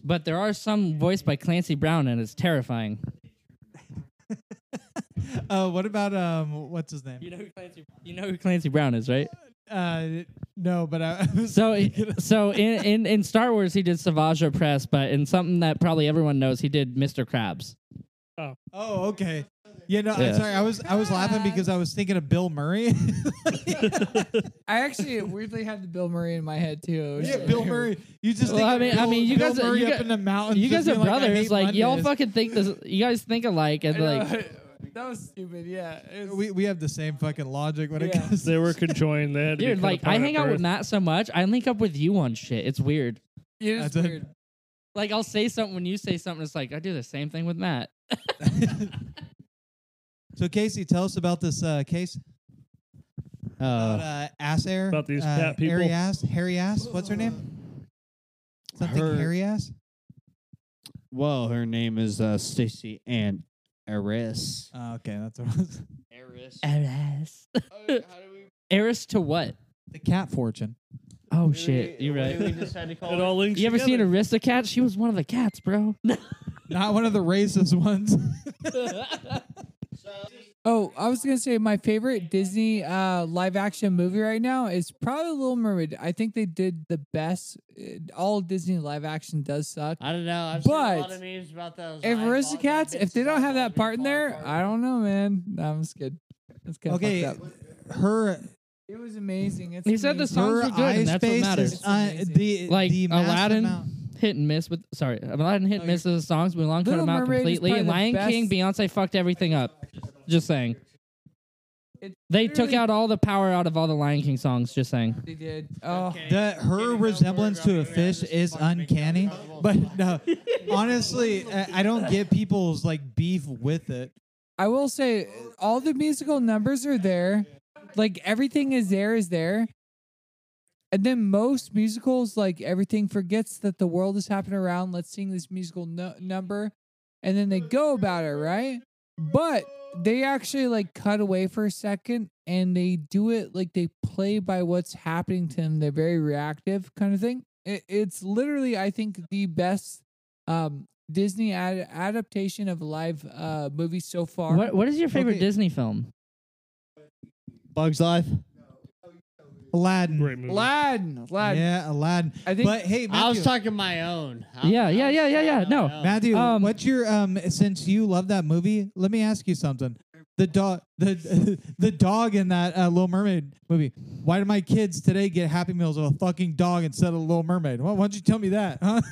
C: but there are some voiced by Clancy Brown, and it's terrifying.
B: uh, what about um? What's his name?
C: You know who Clancy, you know who Clancy Brown is, right?
B: Uh, no, but I.
C: So, so in, in, in Star Wars, he did Savage Press, but in something that probably everyone knows, he did Mr. Krabs.
B: oh, okay. Yeah, no, I'm
C: Yeah.
B: sorry. I was I was laughing because I was thinking of Bill Murray.
D: I actually weirdly had the Bill Murray in my head too.
B: yeah, Bill Murray. You just
C: Well,
B: think
C: I
B: of
C: mean- I
B: Bill,
C: mean, you
B: Bill
C: guys-
B: Murray
C: you
B: up
C: got-
B: in the mountains.
C: You guys
B: just
C: are
B: being Oh, like, I
C: brothers,
B: hate
C: like y'all
B: Mondays.
C: fucking think this. You guys think alike, and
D: I know.
C: like
D: that was stupid. Yeah, it was-
B: We we have the same fucking logic when it
D: Yeah.
B: comes.
E: They were conjoined. They had to be
C: Dude,
E: cut
C: like
E: apart
C: I
E: at
C: hang out with
E: birth.
C: Matt so much, I link up with you on shit. It's weird.
D: it is
B: That's a-
D: weird.
C: Like I'll say something when you say something. It's like I do the same thing with Matt.
B: So Casey, tell us about this uh, case about
A: Uh,
B: uh, ass air.
E: About these
B: uh,
E: fat people.
B: Hairy ass. Hairy ass. What's her name? Something
A: Her-
B: hairy ass.
A: well, her name is uh, Stacy Ann Aris.
B: Oh, okay, that's what it was.
A: Aris.
C: Eris. Oh, Eris to what?
B: The cat fortune.
C: Oh shit, you're
A: We
C: right.
A: decided to
E: It
A: call
E: all links
C: You ever seen
E: together.
C: Aristocat? She was one of the cats, bro.
B: Not one of the racist ones.
D: Oh, I was gonna say my favorite Disney uh, live action movie right now is probably Little Mermaid. I think they did the best. Uh, All Disney live action does suck.
A: I don't know. I've seen a lot
D: But
A: of memes about those. live
D: If
A: balls
D: Aristocats,
A: that
D: if they don't
A: stuck
D: have
A: on
D: that
A: the
D: part in
A: ball
D: there,
A: part.
D: I don't know, man. No, I'm just kidding. That's kind of
B: okay,
D: fucked up.
B: her
D: It was amazing. It's
C: He said the
D: amazing.
C: Songs
B: her
C: are good,
B: eye
C: and that's what
B: space
C: matters.
B: is uh,
D: It's
B: the
C: Like
B: the massive amount-
C: Aladdin hit and miss with sorry, Aladdin
B: Oh,
C: hit and miss with the songs. Mulan cut
D: Little
C: them out
D: Mermaid is
C: completely.
D: probably
C: And
D: the
C: Lion
D: best-
C: King, Beyonce fucked everything up. Just saying.
D: It's
C: They took
D: literally-
C: out all the power out of all the Lion King songs. Just saying.
D: They did. Oh,
B: The her resemblance to a fish is uncanny, but no, honestly, I I don't get people's like beef with it.
D: I will say all the musical numbers are there. Like everything is there is there. And then most musicals, like everything forgets that the world is happening around. Let's sing this musical nu- number. And then they go about it, right? But they actually like cut away for a second and they do it like they play by what's happening to them. They're very reactive kind of thing. It, it's literally, I think, the best um, Disney ad- adaptation of a live uh, movie so far.
C: What What is your favorite
B: Okay.
C: Disney film?
A: Bugs Life.
B: Aladdin,
E: Great movie.
D: Aladdin, Aladdin.
B: yeah, Aladdin.
D: I think-
B: but hey, Matthew,
A: I was talking my own. I-
C: Yeah,
A: I
C: yeah,
A: was
C: yeah, yeah,
A: talking
C: yeah.
A: my
C: No.
A: own.
B: Matthew,
C: Um,
B: what's your um? Since you love that movie, let me ask you something. The dog, the the dog in that uh, Little Mermaid movie. Why do my kids today get Happy Meals of a fucking dog instead of a Little Mermaid? Why, why don't you tell me that, huh?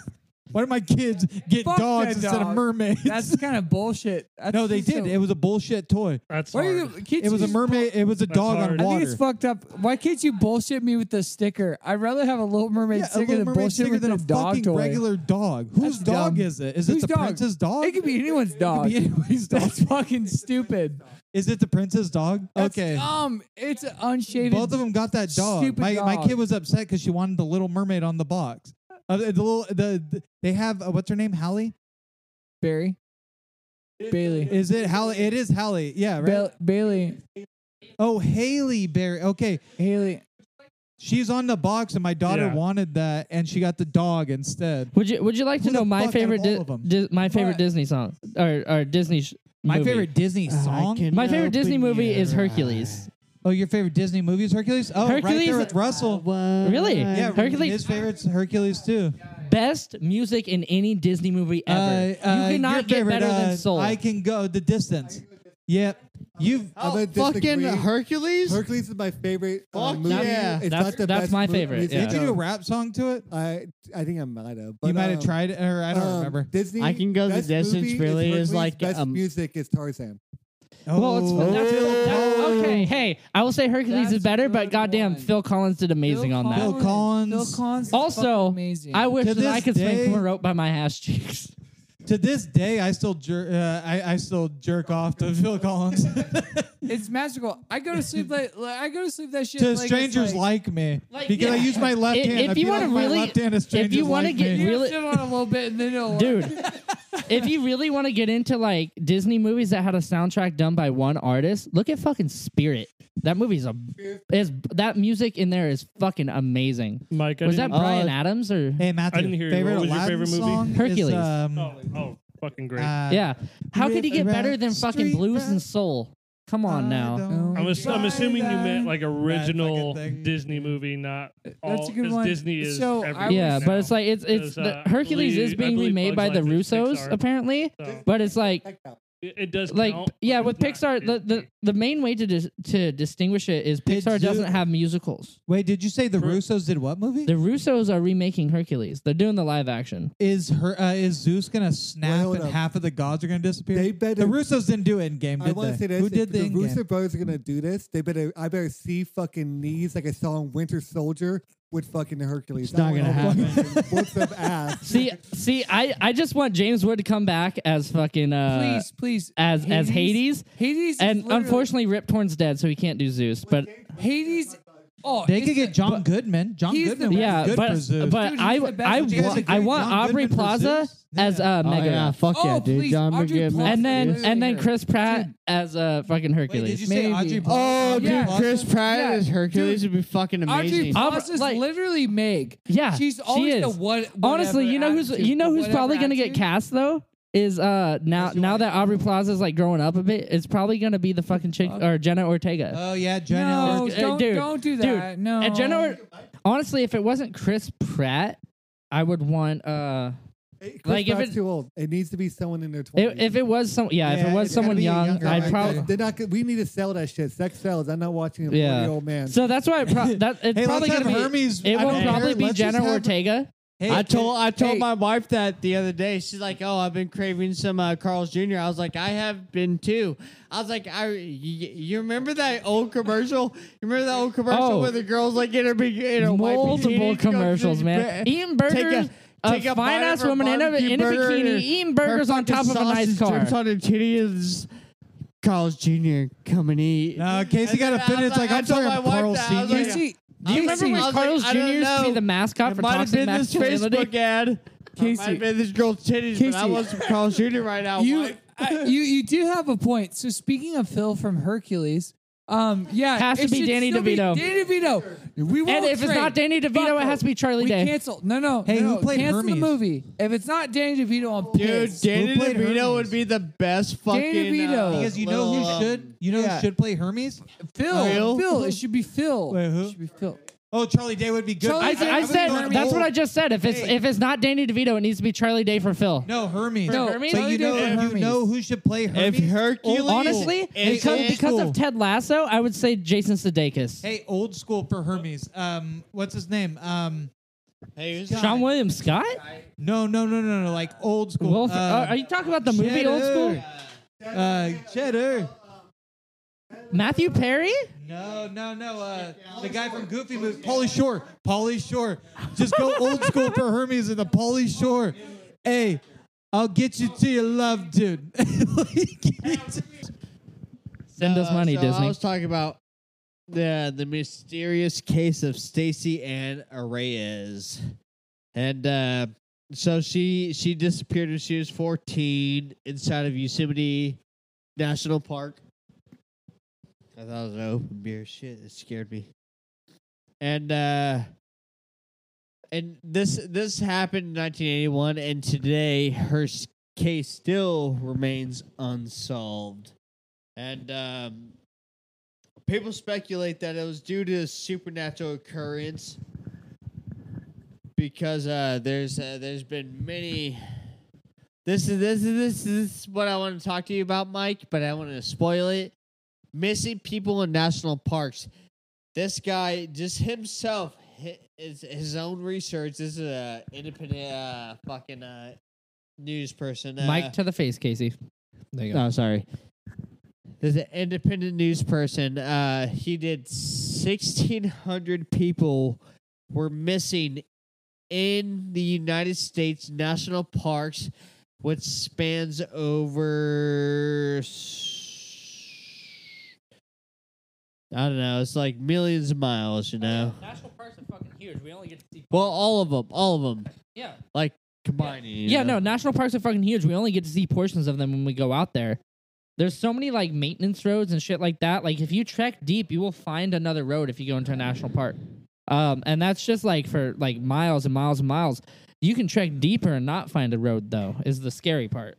B: Why do my kids get
D: Fuck
B: dogs
D: that
B: instead of
D: dog.
B: mermaids?
D: That's kind of bullshit. That's
B: no, they
D: just
B: did.
D: so-
B: it was a bullshit toy.
E: That's
D: Why are you,
E: hard.
D: kids
B: It was a
D: use-
B: mermaid. It was a
E: That's
B: dog
E: hard.
B: on
D: I
B: water.
D: think it's fucked up. Why can't you bullshit me with the sticker? I'd rather have a Little Mermaid
B: yeah, a
D: sticker
B: little
D: than
B: mermaid
D: bullshit
B: bigger
D: with
B: than a
D: dog
B: fucking
D: toy.
B: regular dog. Whose
D: That's
B: dog
D: dumb.
B: is it? Is
D: Whose
B: it the
D: dog?
B: princess dog?
D: It could be anyone's dog.
B: be anybody's dog.
D: That's fucking stupid.
B: Is it the princess dog?
D: That's
B: okay.
D: Um, it's an unshaven.
B: Both of them got that dog.
D: stupid
B: My, my
D: dog.
B: kid was upset because she wanted the Little Mermaid on the box. Uh, the little the, the- they have uh, what's her name? Hallie.
D: Barry. Bailey.
B: Is it Hallie? It is Hallie. Yeah. Right.
D: Ba- Bailey.
B: oh, Haley Berry. Okay,
D: Haley.
B: she's on the box, and my daughter
E: Yeah.
B: wanted that, and she got the dog instead.
C: Would you Would you like to
B: Who the
C: know my
B: fuck out of
C: favorite
B: all
C: di-
B: of 'em?
C: Dis- my favorite
D: But-
C: Disney song or or Disney sh- movie.
B: Disney
A: I can
C: My favorite Disney
A: open
C: movie
A: your
C: is Hercules.
B: Oh, your favorite Disney movie is Hercules. Oh, right
C: Hercules-
B: there with Russell.
A: eyes.
C: Really?
B: Yeah,
C: Hercules-
B: His favorite's Hercules too.
C: Best music in any Disney movie ever.
B: Uh, uh,
C: you
B: your
C: cannot get
B: favorite,
C: better
B: uh,
C: than Soul.
B: I can go the distance. Yep. You've
F: I'm
A: Oh,
F: gonna
A: fucking
F: disagree.
A: Hercules?
F: Hercules is my favorite uh,
A: Fuck
F: movie.
A: yeah.
F: It's
C: That's-
F: not the
C: that's
F: best
C: my
F: movie.
C: favorite,
F: It's
C: yeah.
B: did you do a
F: dumb.
B: rap song to it?
F: I I think I might have. But,
B: you might
F: um,
B: have tried it, or I don't
F: um,
B: remember.
F: Disney.
A: I can go the
F: best
A: distance,
F: movie
A: really, is
F: Hercules,
A: like,
F: best
A: um,
F: music is Tarzan.
C: well, it's,
B: Oh.
C: that's, that's- okay. Hey, I will say Hercules
D: That's
C: is better,
D: a
C: but
D: good
C: goddamn,
D: one.
C: Phil Collins did amazing on that.
B: Phil Collins.
D: Phil Collins. is
C: Also,
D: fucking amazing.
C: I wish
B: To
C: that I
B: this
C: could
B: day-
C: swing from a rope by my ass cheeks.
B: to this day, I still jer- uh, I, I still jerk off to Phil Collins.
D: it's magical. I go to sleep like, like I go to sleep that shit.
B: to
D: like it's
B: strangers
D: like,
B: like, me
C: Like,
B: because I
C: yeah.
B: use my left
C: If-
B: hand.
C: if
B: I
C: you
B: feel
C: wanna
B: like my
C: really-
B: left hand is
C: if you
B: strangers
C: wanna
B: like
C: get
B: me.
D: You
C: really-
D: sit on it a little bit and then it'll
C: dude if you really want to get into like Disney movies that had a soundtrack done by one artist, look at fucking Spirit. That movie's a is that music in there is fucking amazing.
E: Mike, I
C: Was that
E: didn't,
C: Brian
B: Oh.
C: Adams or
B: Hey Matthew,
E: I didn't hear you.
B: favorite
E: What was your
B: Aladdin
E: favorite movie?
B: song is,
C: Hercules.
B: um,
E: Oh, oh, fucking great.
B: uh,
C: yeah? How could
B: Rip
C: you get better
B: Rap
C: than fucking
B: Street
C: blues
B: Rap.
C: and soul? Come on
B: I
C: now.
B: don't
E: I'm, ass- I'm
B: buy
E: assuming you meant
B: that.
E: like
B: That
E: original
B: fucking thing.
E: Disney movie, not
D: That's
E: all.
D: a good
E: 'cause
D: one.
E: Disney is
D: So I
E: everything
D: would
C: Yeah,
E: now.
C: but it's like it's it's
E: Because, uh,
C: the, Hercules
E: believe-
C: is
E: I
C: being
E: believe
C: remade by
E: Bugs
C: the
E: Life is
C: Russos
E: Pixar.
C: apparently,
E: So
C: but it's like
E: it, it does
C: like
E: count,
C: yeah
E: but
C: with
E: it's not
C: Pixar the, the
E: Disney.
C: the main way to dis- to distinguish it is
B: Did
C: Pixar
B: Zoo-
C: doesn't have musicals.
B: Wait, did you say the
E: Pro-
B: Russos did what movie?
C: The Russos are remaking Hercules. They're doing the live action.
B: is her uh, is Zeus gonna snap
F: hold
B: and
F: up.
B: half of the gods are gonna disappear?
F: They better.
B: the Russos didn't do it in game,
F: I
B: did
F: want
B: they?
F: to say this.
B: Who did
F: if
B: the
F: the
B: in game?
F: Rooster Brothers are gonna do this? They better. I better see fucking knees like I saw in Winter Soldier with fucking Hercules.
A: It's not
F: I
A: gonna
F: want a fucking Whoops of ass.
C: See, see, I, I just want James Wood to come back as fucking uh,
D: please, please.
C: as as Hades,
D: Hades- Hades is
C: and
D: literally-
C: unfortunately Rip Torn's dead, so he can't do Zeus. But
D: Hades. Oh,
B: They
D: it's
B: could get
D: the-
B: John Goodman. John
D: he's the
B: Goodman
D: best.
B: was
C: yeah,
B: good
C: but
B: for Zeus.
C: but
D: Dude, he's
C: I
D: the best.
C: I,
D: Would you guys
C: want
B: agree
C: I want
B: John
C: Aubrey
B: Goodman for
C: Plaza
B: Zeus?
C: as uh,
A: Oh,
C: Mega,
A: yeah, fuck
D: Oh,
A: yeah, dude.
D: please,
A: John
D: Audrey
A: McGibbon.
D: Plaza.
C: and then
D: Yes.
C: and then
D: Dude.
C: Chris Pratt as uh, fucking
B: Wait, did you
C: Hercules.
B: say
D: maybe.
B: Audrey
A: Oh,
B: Plaza?
A: dude,
D: Yeah.
A: Chris Pratt
D: Yeah,
A: as Hercules
D: dude.
A: would be fucking
D: Audrey
A: amazing.
D: Plaza's
C: like-
D: literally Meg.
C: Yeah,
D: she's
C: she
D: always the
C: is.
D: what.
C: Honestly,
D: whatever
C: you know who's
D: attitude,
C: you know
D: the
C: who's
D: whatever
C: probably gonna get
D: attitude.
C: cast though is uh now
B: What's your
C: now
B: name?
C: that Aubrey Plaza's like growing up a bit, it's probably gonna be the fucking chick or Jenna Ortega.
B: Oh yeah, Jenna.
D: No,
C: Ortega.
D: don't,
C: Dude,
D: don't do
C: dude,
D: that. no,
C: And Jenna, Or- honestly, if it wasn't Chris Pratt, I would want uh,
F: Hey, Chris
C: Like, if
F: Pratt's
C: it-
F: too old. It needs to be someone in their twenties.
C: if, if it was some, yeah, if
B: Yeah,
C: it was
B: it's gotta
C: someone
B: be a
C: young,
B: younger
C: I'd
B: actor.
C: probably.
F: They're not. gonna- We need to sell that shit. Sex sells. I'm not watching a
C: Yeah.
F: 40 year old man.
C: So that's why it pro- that it's
B: Hey,
C: probably
B: let's
C: gonna
B: have
C: be.
B: Hermes.
C: it
B: I
C: will
B: don't
C: probably
B: care.
C: be
B: Let's just
C: Jenna
B: have-
C: Ortega.
B: Hey,
A: I told I told
D: hey.
A: my wife that the other day. She's like, "Oh, I've been craving some uh, Carl's Jr." I was like, "I have been too." I was like, "I y- you remember that old commercial? You remember that old commercial
C: Oh.
A: where the girls like in a big in a white bikini,
C: Multiple
A: goes to
C: commercials,
A: the
C: man.
A: ba- take
C: Eating burgers. A,
A: take bite
C: fine
A: of
C: ass
A: her
C: woman in a,
A: barbecue
C: in a
A: burger and her-
C: bikini eating burgers
A: her
C: on top
A: fucking
C: of a nice
A: sausage
C: car.
A: drips on her titty is Carl's Jr. Come and eat.
B: No, Casey
A: And
B: got
A: then I
B: offended.
A: was
B: It's like
A: I
B: I'm
A: told
B: sorry,
A: my wife
B: Carl
A: that. I was
B: Senior.
A: like,
D: Casey,
C: Do you
A: I
C: remember
A: see.
C: when
A: I was like,
C: Carl's
A: I
C: Jr.
A: don't
C: used to be
A: know.
C: the mascot
A: It
C: for
A: might have
C: toxic
A: been this
C: masculinity?
A: Facebook ad. It might
D: Casey.
A: have been this girl's titties, but I
D: Casey.
A: want some Carl's Jr. right now.
D: you
A: wife.
D: I- you you do have a point. So speaking of Phil from Hercules, um, yeah,
C: Has to
D: it
C: be
D: should
C: Danny
D: still be
C: DeVito.
D: Danny DeVito. We won't
C: if it's
D: trade.
C: not Danny DeVito,
D: Fuck
C: it
D: no.
C: has to be Charlie
D: we
C: Day.
D: Cancel. No, no.
B: Hey,
D: no,
B: who played
D: cancel the
B: Hermes?
D: movie. If it's not Danny DeVito, I'm
A: Dude,
D: pissed.
A: Danny
B: played
A: DeVito would
B: Hermes?
A: be the best fucking.
D: DeVito.
A: uh,
B: Because you know
A: little,
B: who
A: um,
B: should, you know who
D: yeah.
B: should play Hermes.
D: Phil.
A: Phil?
D: Phil. It should be Phil.
B: Wait, who?
D: It should be Phil.
B: Oh, Charlie Day would be good.
D: Charlie
C: I,
D: Day
C: I
D: would be
C: said
D: Hermes.
C: that's what I just said. If it's
B: Hey.
C: if it's not Danny DeVito, it needs to be Charlie Day for Phil.
B: No, Hermes.
D: No,
C: Hermes?
B: But
D: Charlie
B: you
D: Day
B: know,
D: would be
B: you
D: Hermes.
B: know who should play
A: If
B: Hermes.
A: Hercules,
C: Honestly,
A: is
C: because,
A: in-
C: because
B: school.
C: of Ted Lasso, I would say Jason Sudeikis.
B: Hey, old school for Hermes. Um, what's his name? Um,
A: Hey, who's-
C: Sean William Scott?
B: no, no, no, no, no. Like old school.
C: Will-
B: uh,
C: uh, are you talking about the movie Old School?
B: Cheddar. Uh, Cheddar.
C: Matthew Perry?
B: No, no, no. Uh, the guy from Goofy movie, Pauly Shore. Pauly Shore. Just go old school for Hermes and the Pauly Shore. Hey, I'll get you to your love, dude.
C: Send us
A: uh,
C: money,
A: so I
C: Disney.
A: was talking about the the mysterious case of Stacy Ann Reyes, and uh, so she she disappeared when she was fourteen inside of Yosemite National Park. I thought it was an open beer. Shit, it scared me. And uh, and this this happened in 1981, and today her s- case still remains unsolved. And um, people speculate that it was due to a supernatural occurrence because uh, there's uh, there's been many. This is this is this is, this is what I want to talk to you about, Mike. But I want to spoil it. Missing people in national parks. This guy just himself. hi- His, his own research. This is a independent uh, fucking uh, news person. Uh,
C: Mike to the face, Casey. There you go.
A: Oh, sorry. There's an independent news person. Uh, he did 1,600 people were missing in the United States national parks, which spans over. s- I don't know. It's like millions of miles, you know.
C: National parks are fucking huge. We only get to see.
A: Well, all of them, all of them.
C: Yeah.
A: Like combining. you
C: Yeah,
A: know?
C: no, national parks are fucking huge. We only get to see portions of them when we go out there. There's so many like maintenance roads and shit like that. Like if you trek deep, you will find another road if you go into a national park. Um, and that's just like for like miles and miles and miles. You can trek deeper and not find a road though. Is the scary part.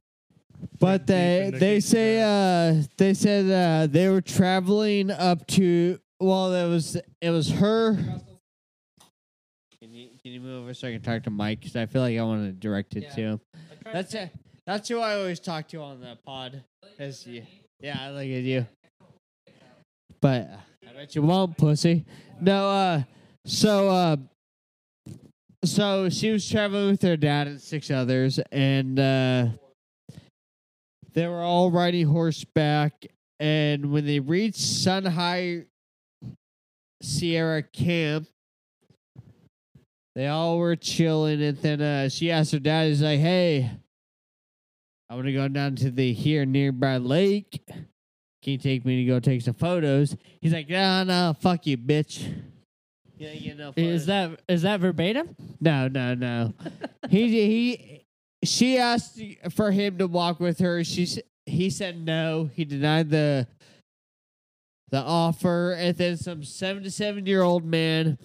A: But they
E: They're deep in the
A: they
E: Keys
A: say uh, they said uh, they were traveling up to well it was it was her. Can you can you move over so I can talk to Mike? Because I feel like I want to direct it
C: Yeah.
A: to him. That's it. That's who I always talk to on the pod. Is you. Yeah, I look at you. But I bet you won't, pussy. No, uh, so uh, so she was traveling with her dad and six others, and uh, they were all riding horseback. And when they reached Sun High Sierra Camp, they all were chilling. And then uh, she asked her dad, "Is like, hey, I'm gonna go down to the here nearby lake. Can you take me to go take some photos?" He's like, "No, no, fuck you, bitch." Yeah, you know.
C: Is that is that verbatim?
A: No, no, no. he he she asked for him to walk with her. She s- he said no. He denied the the offer, and then some seventy-seven year old man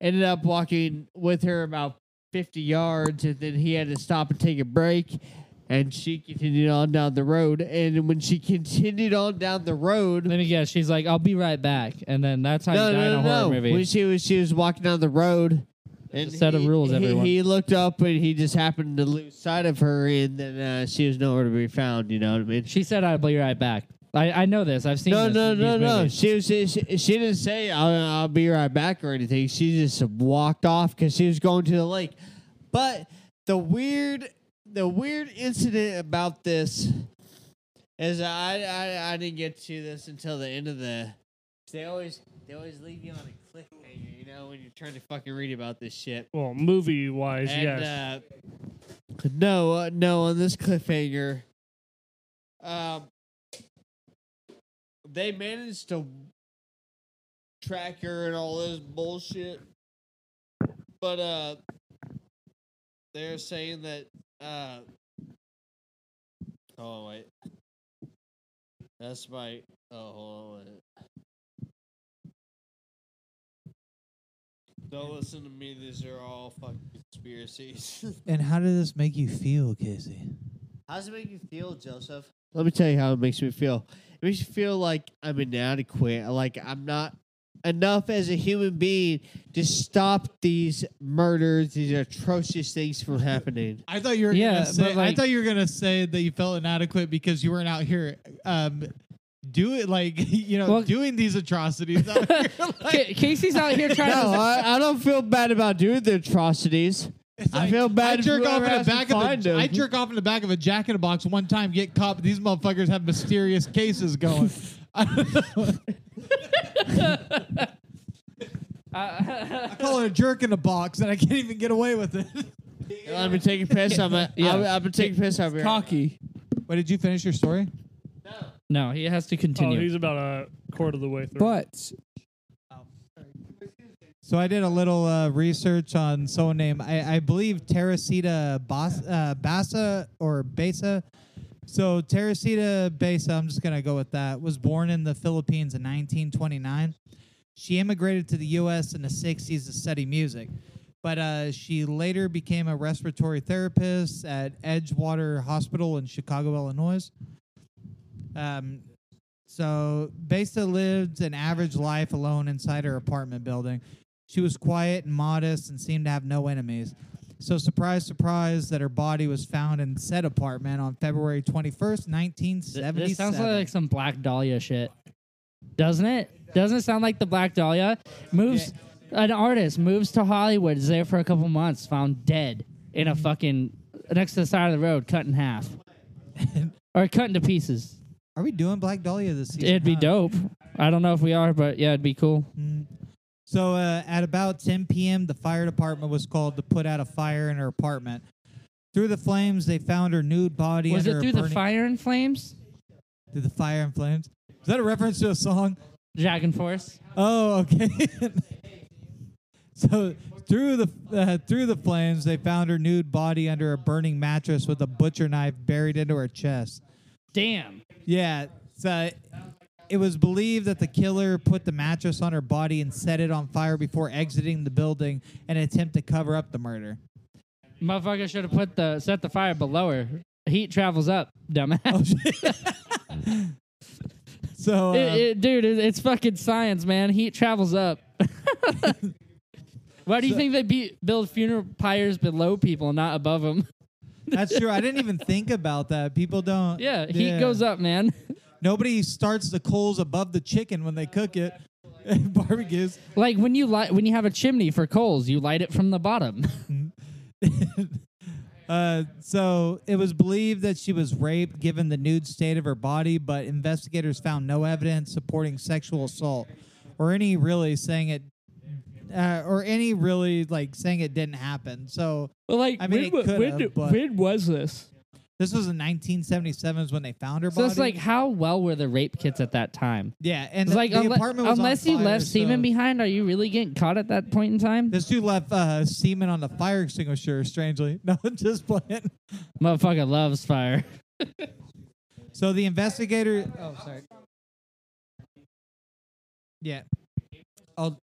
A: ended up walking with her about fifty yards, and then he had to stop and take a break. And she continued on down the road, and when she continued on down the road,
C: Let me guess. She's like, "I'll be right back," and then that's how you die in a horror movie.
A: when she was she was walking down the road,
C: a set of rules,
A: he,
C: everyone.
A: He looked up and he just happened to lose sight of her, and then uh, she was nowhere to be found. You know what I mean?
C: She said, "I'll be right back." I, I know this. I've seen.
A: No,
C: this
A: no,
C: in
A: no,
C: these
A: no.
C: movies.
A: She was she, she didn't say I'll, I'll be right back or anything. She just walked off because she was going to the lake. But the weird the weird incident about this is I I, I didn't get to this until the end of the. They always they always leave you on a cliffhanger, you know, when you're trying to fucking read about this shit.
E: Well, movie wise, yes.
A: And, uh, no, uh, no, on this cliffhanger, um, they managed to track her and all this bullshit, but uh, they're saying that uh, oh wait, that's my oh hold on. Wait. Don't listen to me. These are all fucking conspiracies.
B: And how did this make you feel, Casey?
A: How does it make you feel, Joseph? Let me tell you how it makes me feel. It makes me feel like I'm inadequate, like I'm not enough as a human being to stop these murders, these atrocious things from happening.
B: I thought you were
C: Yeah,
B: gonna say,
C: but, like-
B: I thought you were gonna say that you felt inadequate because you weren't out here um do it like you know
C: Well-
B: doing these atrocities out here. Like,
C: Ca- Casey's out here
A: No,
C: trying to.
A: I, I don't feel bad about doing the atrocities.
B: it's
A: I
B: like,
A: feel bad.
B: I
A: if
B: jerk off
A: whoever
B: in the
A: has to
B: back of
A: find
B: the
A: him.
B: I jerk off in the back of a jack in a box one time, get caught, but these motherfuckers have mysterious cases going. I don't know. I call it a jerk in a box and I can't even get away with it.
A: Let me take a piss. I'm a,
C: Yeah.
A: I'm, I'm gonna take a piss over here.
D: Cocky.
B: Wait, did you finish your story?
C: no, he has to
E: Oh,
C: continue.
E: he's about a quarter of the way through.
D: But
B: So I did a little uh, research on someone named I, I believe Teresita Bas, uh, Bassa or Besa. So Teresita Besa, I'm just gonna go with that. Was born in the Philippines in 1929. She immigrated to the U.S. in the 60s to study music, but uh, she later became a respiratory therapist at Edgewater Hospital in Chicago, Illinois. Um, so Besa lived an average life alone inside her apartment building. She was quiet and modest and seemed to have no enemies. So surprise, surprise, that her body was found in said apartment on February 21st,
C: Th-
B: 1977.
C: This sounds like some Black Dahlia shit, doesn't it? Doesn't it sound like the Black Dahlia moves? An artist moves to Hollywood, is there for a couple months, found dead in a fucking next to the side of the road, cut in half or cut into pieces.
B: Are we doing Black Dahlia this season?
C: It'd be
B: Huh?
C: dope. I don't know if we are, but yeah, it'd be cool.
B: So uh, at about 10 p.m., the fire department was called to put out a fire in her apartment. Through the flames, they found her nude body.
C: Was it
B: under a
C: through the
B: burning-
C: fire and flames?
B: Through the fire and flames. Is that a reference to a song?
C: Dragon Force.
B: Oh, okay. so Through the uh, through the flames, they found her nude body under a burning mattress with a butcher knife buried into her chest.
C: Damn.
B: Yeah, so it was believed that the killer put the mattress on her body and set it on fire before exiting the building in an attempt to cover up the murder.
C: Motherfucker should have put the set the fire below her. Heat travels up, dumbass.
B: So, uh,
C: It- it- dude, it, it's fucking science, man. Heat travels up. Why do you think they be, build funeral pyres below people, not above them?
B: That's true. I didn't even think about that. People don't.
C: Yeah, heat goes up, man.
B: Nobody starts the coals above the chicken when they cook it. Barbecues.
C: Like when you light when you have a chimney for coals, you light it from the bottom.
B: Uh, so it was believed that she was raped given the nude state of her body, but investigators found no evidence supporting sexual assault or any really saying it, uh, or any really like saying it didn't happen. So
C: But like,
B: I mean, when it wa- could've, when do- but- when
C: was this?
B: this was in 1977 is when they found her
C: So
B: body.
C: it's like, how well were the rape kits at that time?
B: yeah, and
C: It's
B: the,
C: like,
B: the
C: unle-
B: apartment was on
C: unless you
B: fire,
C: left
B: so-
C: semen behind, are you really getting caught at that point in time?
B: This dude left uh, semen on the fire extinguisher, strangely. No, just playing.
C: Motherfucker loves fire.
B: So the investigator. Oh, sorry. Yeah. I'll.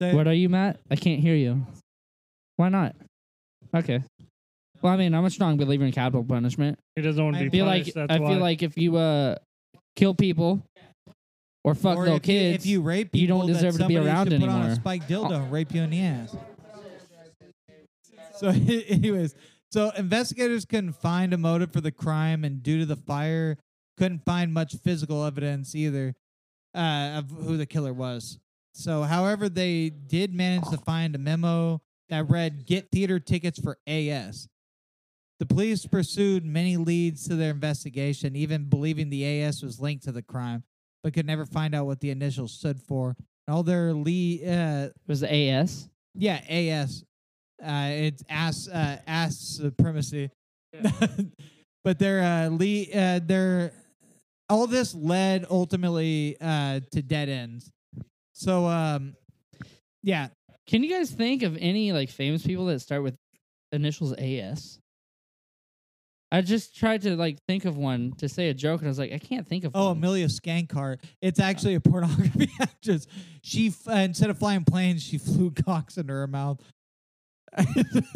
B: They-
C: What are you, Matt? I can't hear you. Why not? Okay. Well, I mean, I'm a strong believer in capital punishment.
E: He doesn't want
B: I
E: to be
C: I feel
E: punished.
C: like
E: that's
C: I
E: why.
C: feel like if you uh kill people or fuck
B: or
C: little
B: if You,
C: kids,
B: if you rape people,
C: you don't
B: that
C: deserve to be
B: somebody
C: around
B: should Put on
C: anymore. Oh.
B: a spike dildo and rape you in the ass. So, anyways, so investigators couldn't find a motive for the crime, and due to the fire, couldn't find much physical evidence either uh, of who the killer was. So, however, they did manage to find a memo that read "Get theater tickets for AS." The police pursued many leads to their investigation, even believing the AS was linked to the crime, but could never find out what the initials stood for. All their lead, uh,
C: was the AS.
B: yeah, AS. Uh, it's ass uh, ass supremacy. but their uh, le- uh, their all this led ultimately uh, to dead ends. So um, yeah,
C: Can you guys think of any like famous people that start with initials AS? I just tried to like think of one to say a joke, and I was like, I can't think of.
B: Oh,
C: one.
B: Amelia Skankart. It's actually a pornography actress. She f- uh, instead of flying planes, she flew cocks into her mouth.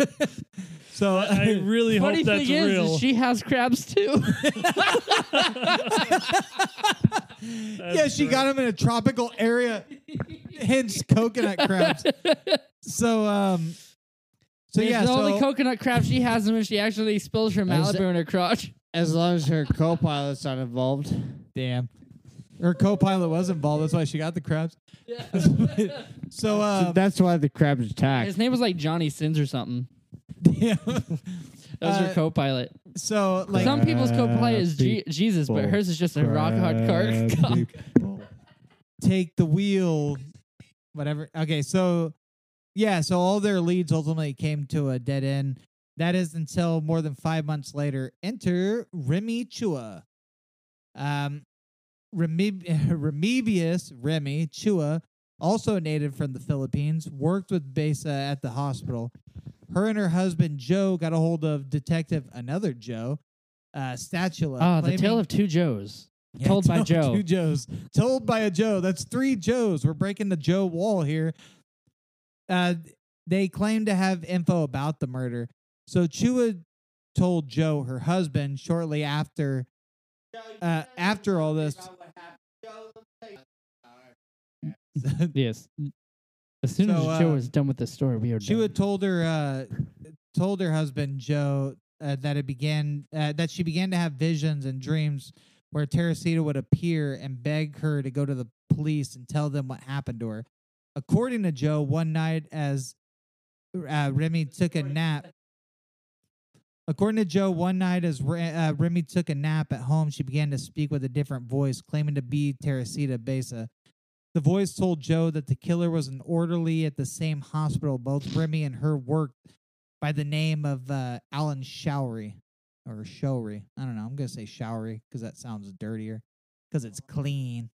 B: so
E: I really
C: Funny
E: hope that's
C: thing is,
E: real.
C: is, she has crabs too.
B: yeah, she got him in a tropical area, hence coconut crabs. So um, so
C: It's
B: yeah,
C: the
B: so
C: only coconut crab she has is when she actually spills her
A: Is it-
C: Malibu in her crotch.
A: As long as her co-pilot's not involved.
B: damn. Her co-pilot was involved. That's why she got the crabs. so
A: So
B: uh,
A: that's why the crabs attacked.
C: His name was like Johnny Sins or something.
B: damn.
C: That was
B: Uh,
C: her co-pilot.
B: So like
C: Some people's co-pilot is Je- Jesus, but
A: people.
C: hers is just a rock hard car. cock.
B: take the wheel, whatever. Okay, so yeah, so all their leads ultimately came to a dead end. That is until more than five months later. Enter Remy Chua. Um, Remi- Remibius Remy Chua, also a native from the Philippines, worked with Besa at the hospital. Her and her husband Joe got a hold of detective another Joe, uh, Statula.
C: Ah, the
B: claiming-
C: tale of two Joes.
B: yeah,
C: Told by
B: tell
C: Joe.
B: Two Joes. Told by a Joe. That's three Joes. We're breaking the Joe wall here. Uh, they claim to have info about the murder. So Chua told Joe, her husband, shortly after uh, after all this.
C: Yes. As soon
B: So,
C: as Joe
B: uh,
C: is done with the story, we are
B: She
C: done.
B: had told her uh, told her husband Joe uh, that it began uh, that she began to have visions and dreams where Teresita would appear and beg her to go to the police and tell them what happened to her. According to Joe, one night as uh, Remy took a nap. According to Joe, one night as Re- uh, Remy took a nap at home, she began to speak with a different voice, claiming to be Teresita Besa. The voice told Joe that the killer was an orderly at the same hospital. Both Remy and her worked by the name of uh, Alan Showery or Showery. I don't know. I'm going to say Showery because that sounds dirtier because it's clean.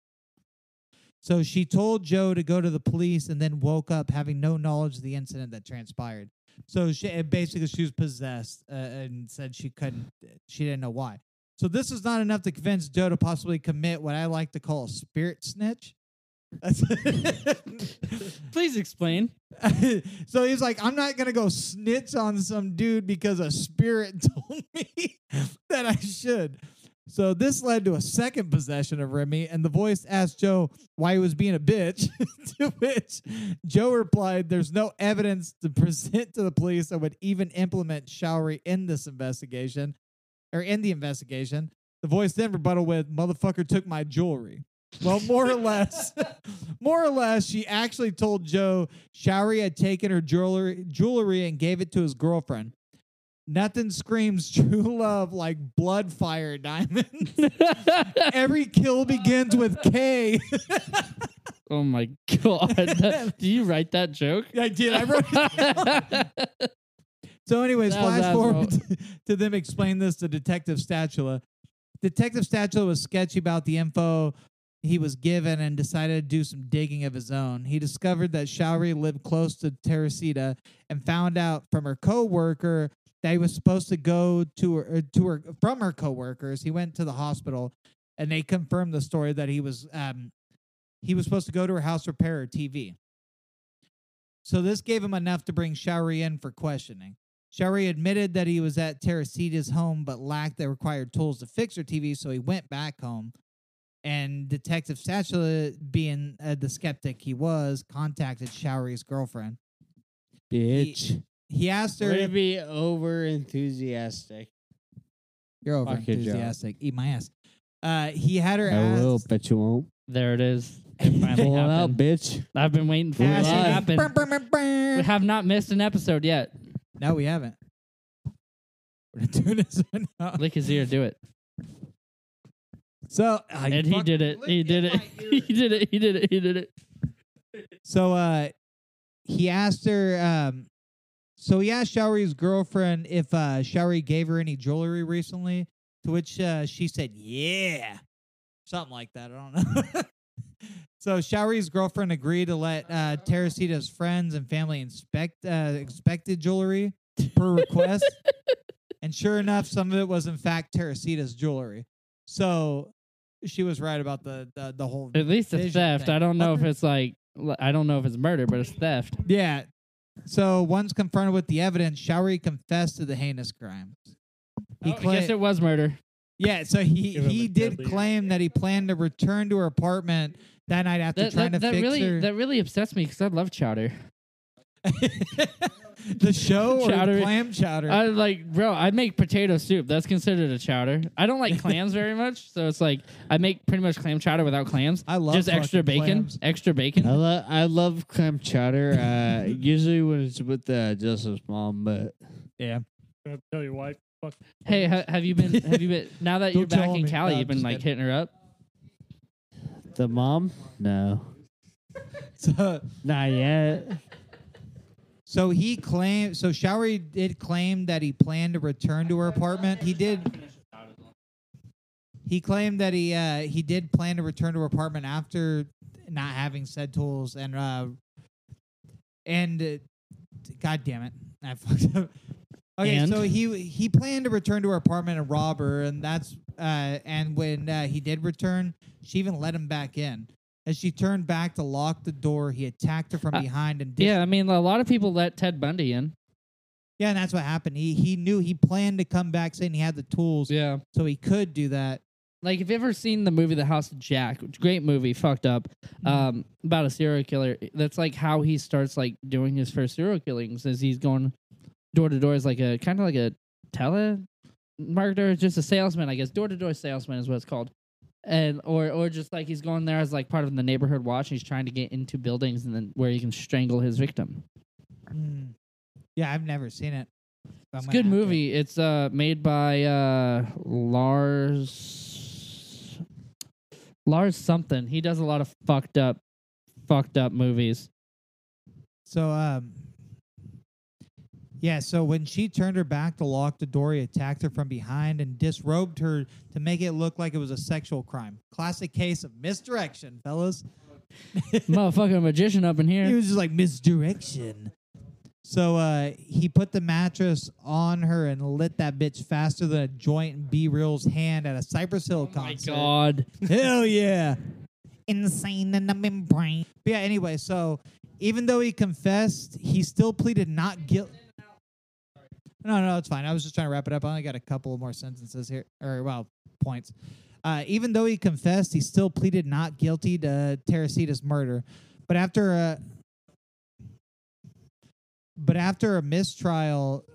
B: So she told Joe to go to the police and then woke up having no knowledge of the incident that transpired. So she and basically she was possessed uh, and said she couldn't, she didn't know why. So this is not enough to convince Joe to possibly commit what I like to call a spirit snitch. That's
C: Please explain.
B: so he's like, I'm not gonna go snitch on some dude because a spirit told me that I should. So this led to a second possession of Remy, and the voice asked Joe why he was being a bitch. to which Joe replied, "There's no evidence to present to the police that would even implement Showery in this investigation, or in the investigation." The voice then rebutted with, "Motherfucker took my jewelry." Well, more or less, more or less, she actually told Joe Showery had taken her jewelry, jewelry and gave it to his girlfriend. Nothing screams true love like blood fire diamonds. Every kill begins with K.
C: oh my god. That- Do you write that joke?
B: I did. I wrote it down. So, anyways,
C: That was
B: flash forward
C: asshole.
B: to, to them explain this to Detective Statula. Detective Statula was sketchy about the info he was given and decided to do some digging of his own. He discovered that Showery lived close to Teresita and found out from her coworker that he was supposed to go to her, uh, to her from her coworkers. He went to the hospital and they confirmed the story that he was um, he was supposed to go to her house to repair her TV. So this gave him enough to bring Showery in for questioning. Shari admitted that he was at Teresita's home but lacked the required tools to fix her TV, so he went back home. And Detective Satchel, being uh, the skeptic he was, contacted Shari's girlfriend.
A: Bitch.
B: He asked her
A: Way to
B: if
A: be over enthusiastic.
B: you're over
A: Fuck your job.
B: enthusiastic. Eat my ass. Uh, he had her
A: I
B: ask,
A: will, bet you won't.
C: There it is. It finally
A: Pull it out,
C: happened.
A: bitch.
C: I've been waiting for it
B: ask
C: to
A: Cassidy.
B: him-
C: happen. We have not missed an episode yet.
B: No, we haven't. We're gonna do this one out.
C: Lick his ear, do it.
B: So ah, you
C: and he
B: fuck-
C: did it. He
B: lick
C: did
B: in
C: it.
B: my ear.
C: He did it. He did it. He did it.
B: So uh he asked her um so he asked Shari's girlfriend if uh Shari gave her any jewelry recently, to which uh she said, Yeah. Something like that. I don't know. so Shari's girlfriend agreed to let uh Teresita's friends and family inspect uh expected jewelry per request. and sure enough, some of it was in fact Teresita's jewelry. So she was right about the the, the whole
C: At least it's
B: Vision
C: theft.
B: thing.
C: I don't know if
B: Fucker.
C: it's like I don't know if it's murder, but it's theft.
B: Yeah. So once confronted with the evidence, Showery confessed to the heinous crimes. He
C: Oh, I
B: cla-
C: guess it was murder.
B: yeah, so he
E: Give him
B: he
E: a
B: did
E: deadly-
B: claim that he planned to return to her apartment that night after
C: That,
B: trying
C: that,
B: to
C: that
B: fix
C: really
B: her.
C: that really upsets me because I love chowder.
B: the show or
C: Chowder-
B: clam chowder.
C: I like, bro. I make potato soup. That's considered a chowder. I don't like clams very much, so it's like I make pretty much clam chowder without clams.
B: I love
C: just extra
B: fucking
C: bacon,
B: clams.
C: extra bacon.
A: I love I love clam chowder. Uh, usually when it's with uh, Joseph's mom, but
B: yeah.
E: I have to tell your wife. Fuck.
C: Hey, ha- have you been? Have you been? Now that you're
B: Don't
C: back
B: tell
C: in
B: me.
C: Cali,
B: No,
C: you've been
B: just
C: like
B: kidding.
C: hitting her up.
A: the mom, no,
B: So
A: not yet.
B: so he claimed so Showery did claim that he planned to return to her apartment. He did He claimed that he uh, he did plan to return to her apartment after not having said tools and uh, and uh, god damn it, I fucked up. Okay,
C: And?
B: so he he planned to return to her apartment and rob her, and that's uh, and when uh, he did return, she even let him back in. As she turned back to lock the door, he attacked her from
C: Uh,
B: behind and did
C: Yeah, I mean, a lot of people let Ted Bundy in.
B: yeah, and that's what happened. He he knew he planned to come back saying he had the tools,
C: Yeah.
B: so he could do that.
C: Like, if you ever seen the movie The House of Jack, which great movie, fucked up, um, about a serial killer. That's like how he starts like doing his first serial killings, is he's going door to door as like a kind of like a telemarketer, just a salesman, I guess. Door to door salesman is what it's called, and or or just like he's going there as like part of the neighborhood watch. And he's trying to get into buildings and then where he can strangle his victim.
B: Mm. Yeah, I've never seen it.
C: It's a good movie. It's uh made by uh Lars Lars something. He does a lot of fucked up fucked up movies.
B: So, um, yeah. So when she turned her back to lock the door, he attacked her from behind and disrobed her to make it look like it was a sexual crime. Classic case of misdirection, fellas.
C: motherfucking magician up in
B: He
C: here.
B: was just like misdirection. So uh, he put the mattress on her and lit that bitch faster than a joint in B Real's hand at a Cypress Hill
C: Oh My
B: concert.
C: God.
B: Hell yeah. Insane in the membrane. But yeah, anyway, so even though he confessed, he still pleaded not guilty. No, no, it's fine. I was just trying to wrap it up. I only got a couple more sentences here, or, well, points. Uh, even though he confessed, he still pleaded not guilty to Teresita's murder. But after a. But after a mistrial,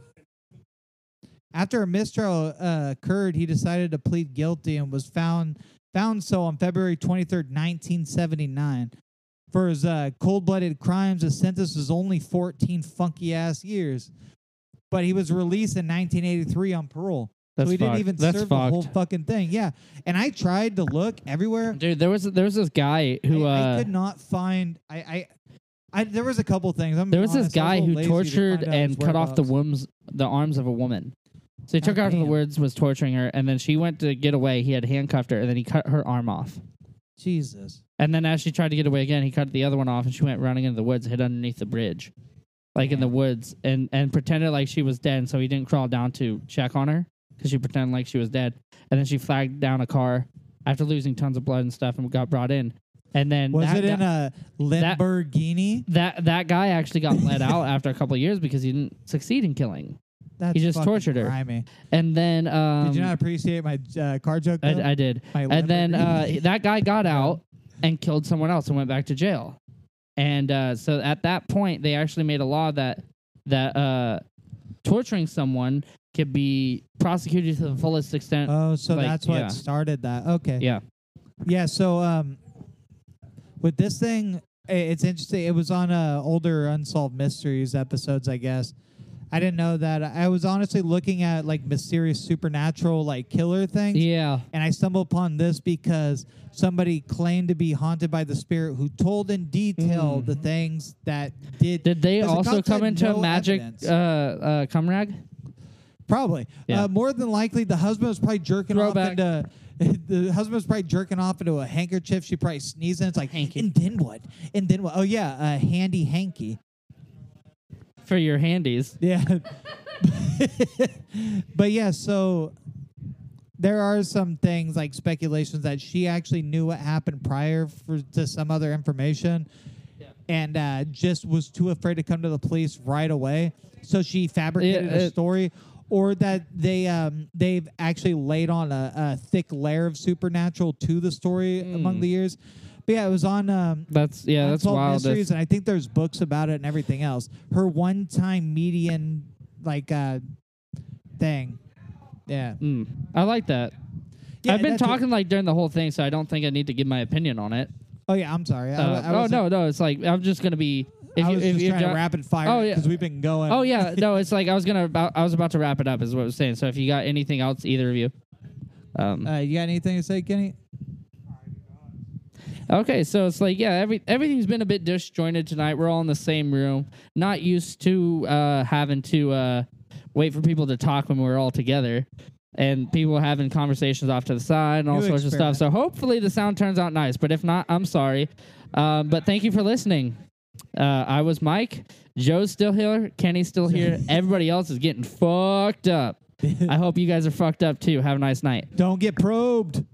B: after a mistrial uh, occurred, he decided to plead guilty and was found found so on February 23rd, 1979. For his uh, cold-blooded crimes, his sentence was only 14 funky-ass years. But he was released in 1983 on parole.
C: That's
B: so he
C: fucked.
B: didn't even
C: That's
B: serve the
C: fucked.
B: whole fucking thing. Yeah. And I tried to look everywhere.
C: Dude, there was there was this guy who
B: I, I
C: uh,
B: could not find I, I I there was a couple things. I'm
C: there was this
B: honest, I
C: guy
B: a little
C: who
B: lazy to
C: tortured
B: find out his
C: and cut off the
B: whereabouts.
C: wombs the arms of a woman. So he took
B: Oh,
C: her out of the
B: damn.
C: woods, was torturing her, and then she went to get away. He had handcuffed her, and then he cut her arm off.
B: Jesus.
C: And then as she tried to get away again, he cut the other one off, and she went running into the woods, hid underneath the bridge, like in the woods, and and pretended like she was dead. So he didn't crawl down to check on her because she pretended like she was dead. And then she flagged down a car after losing tons of blood and stuff, and got brought in. And then
B: Was
C: that
B: it in
C: guy-
B: a
C: that-
B: Lamborghini?
C: that that guy actually got let out after a couple of years because he didn't succeed in killing.
B: That's
C: just
B: fucking
C: tortured her.
B: grimy.
C: And then um,
B: Did you not appreciate my uh, car joke? though?
C: I, I did.
B: My
C: and then uh,
B: Lamborghini.
C: that guy got out and killed someone else and went back to jail. And uh, so at that point, they actually made a law that that uh, torturing someone could be prosecuted to the fullest extent.
B: oh, so
C: like,
B: that's what
C: yeah.
B: started that. Okay.
C: yeah,
B: Yeah, so um, with this thing, i- it's interesting. It was on uh, older unsolved mysteries episodes, I guess. I didn't know that. I was honestly looking at like mysterious supernatural like killer things.
C: yeah.
B: And I stumbled upon this because somebody claimed to be haunted by the spirit who told in detail the things that did.
C: Mm-hmm. Did they
B: 'cause the
C: also
B: cops
C: come
B: had
C: into
B: no
C: magic
B: evidence.
C: uh, uh, cum rag?
B: Probably.
C: Yeah.
B: Uh, more than likely, the husband was probably jerking
C: Throwback.
B: off into. The husband was probably jerking off into a handkerchief. She probably sneezing. It's like,
C: Hanky.
B: and then what? And then what? Oh yeah, a handy hanky.
C: for your handies?
B: Yeah. but yeah, so there are some things like speculations that she actually knew what happened prior for to some other information and uh, just was too afraid to come to the police right away. So she fabricated
C: Yeah,
B: a
C: it-
B: story or that they um, they've actually laid on a, a thick layer of supernatural to the story
C: Mm.
B: among the years. But yeah, it was on um,
C: That's yeah. That's
B: Unsolved
C: wild.
B: Mysteries,
C: That's,
B: and I think there's books about it and everything else. Her one-time median like uh thing. Yeah.
C: mm, I like that.
B: Yeah,
C: I've been
B: that's it.
C: talking like during the whole thing, so I don't think I need to give my opinion on it.
B: Oh yeah, I'm sorry. I
C: Uh,
B: wa- I,
C: oh
B: was,
C: no, no, it's like I'm just gonna be. If
B: I
C: you,
B: was
C: if
B: just
C: you
B: trying
C: dro-
B: to rapid fire
C: Oh,
B: oh,
C: yeah.
B: because we've been going.
C: Oh yeah, no, it's like I was gonna about, I was about to wrap it up is what I was saying. So if you got anything else, either of you. Um,
B: Uh, you got anything to say, Kenny?
C: okay, so it's like yeah, every everything's been a bit disjointed tonight. We're all in the same room, not used to uh, having to uh, wait for people to talk when we're all together, and people having conversations off to the side and all
B: New
C: sorts of
B: experiment.
C: stuff. So hopefully the sound turns out nice. But if not, I'm sorry. Um, but thank you for listening. Uh, I was Mike. Joe's still here. Kenny's still here. Everybody else is getting fucked up. I hope you guys are fucked up too. Have a nice night.
B: Don't get probed.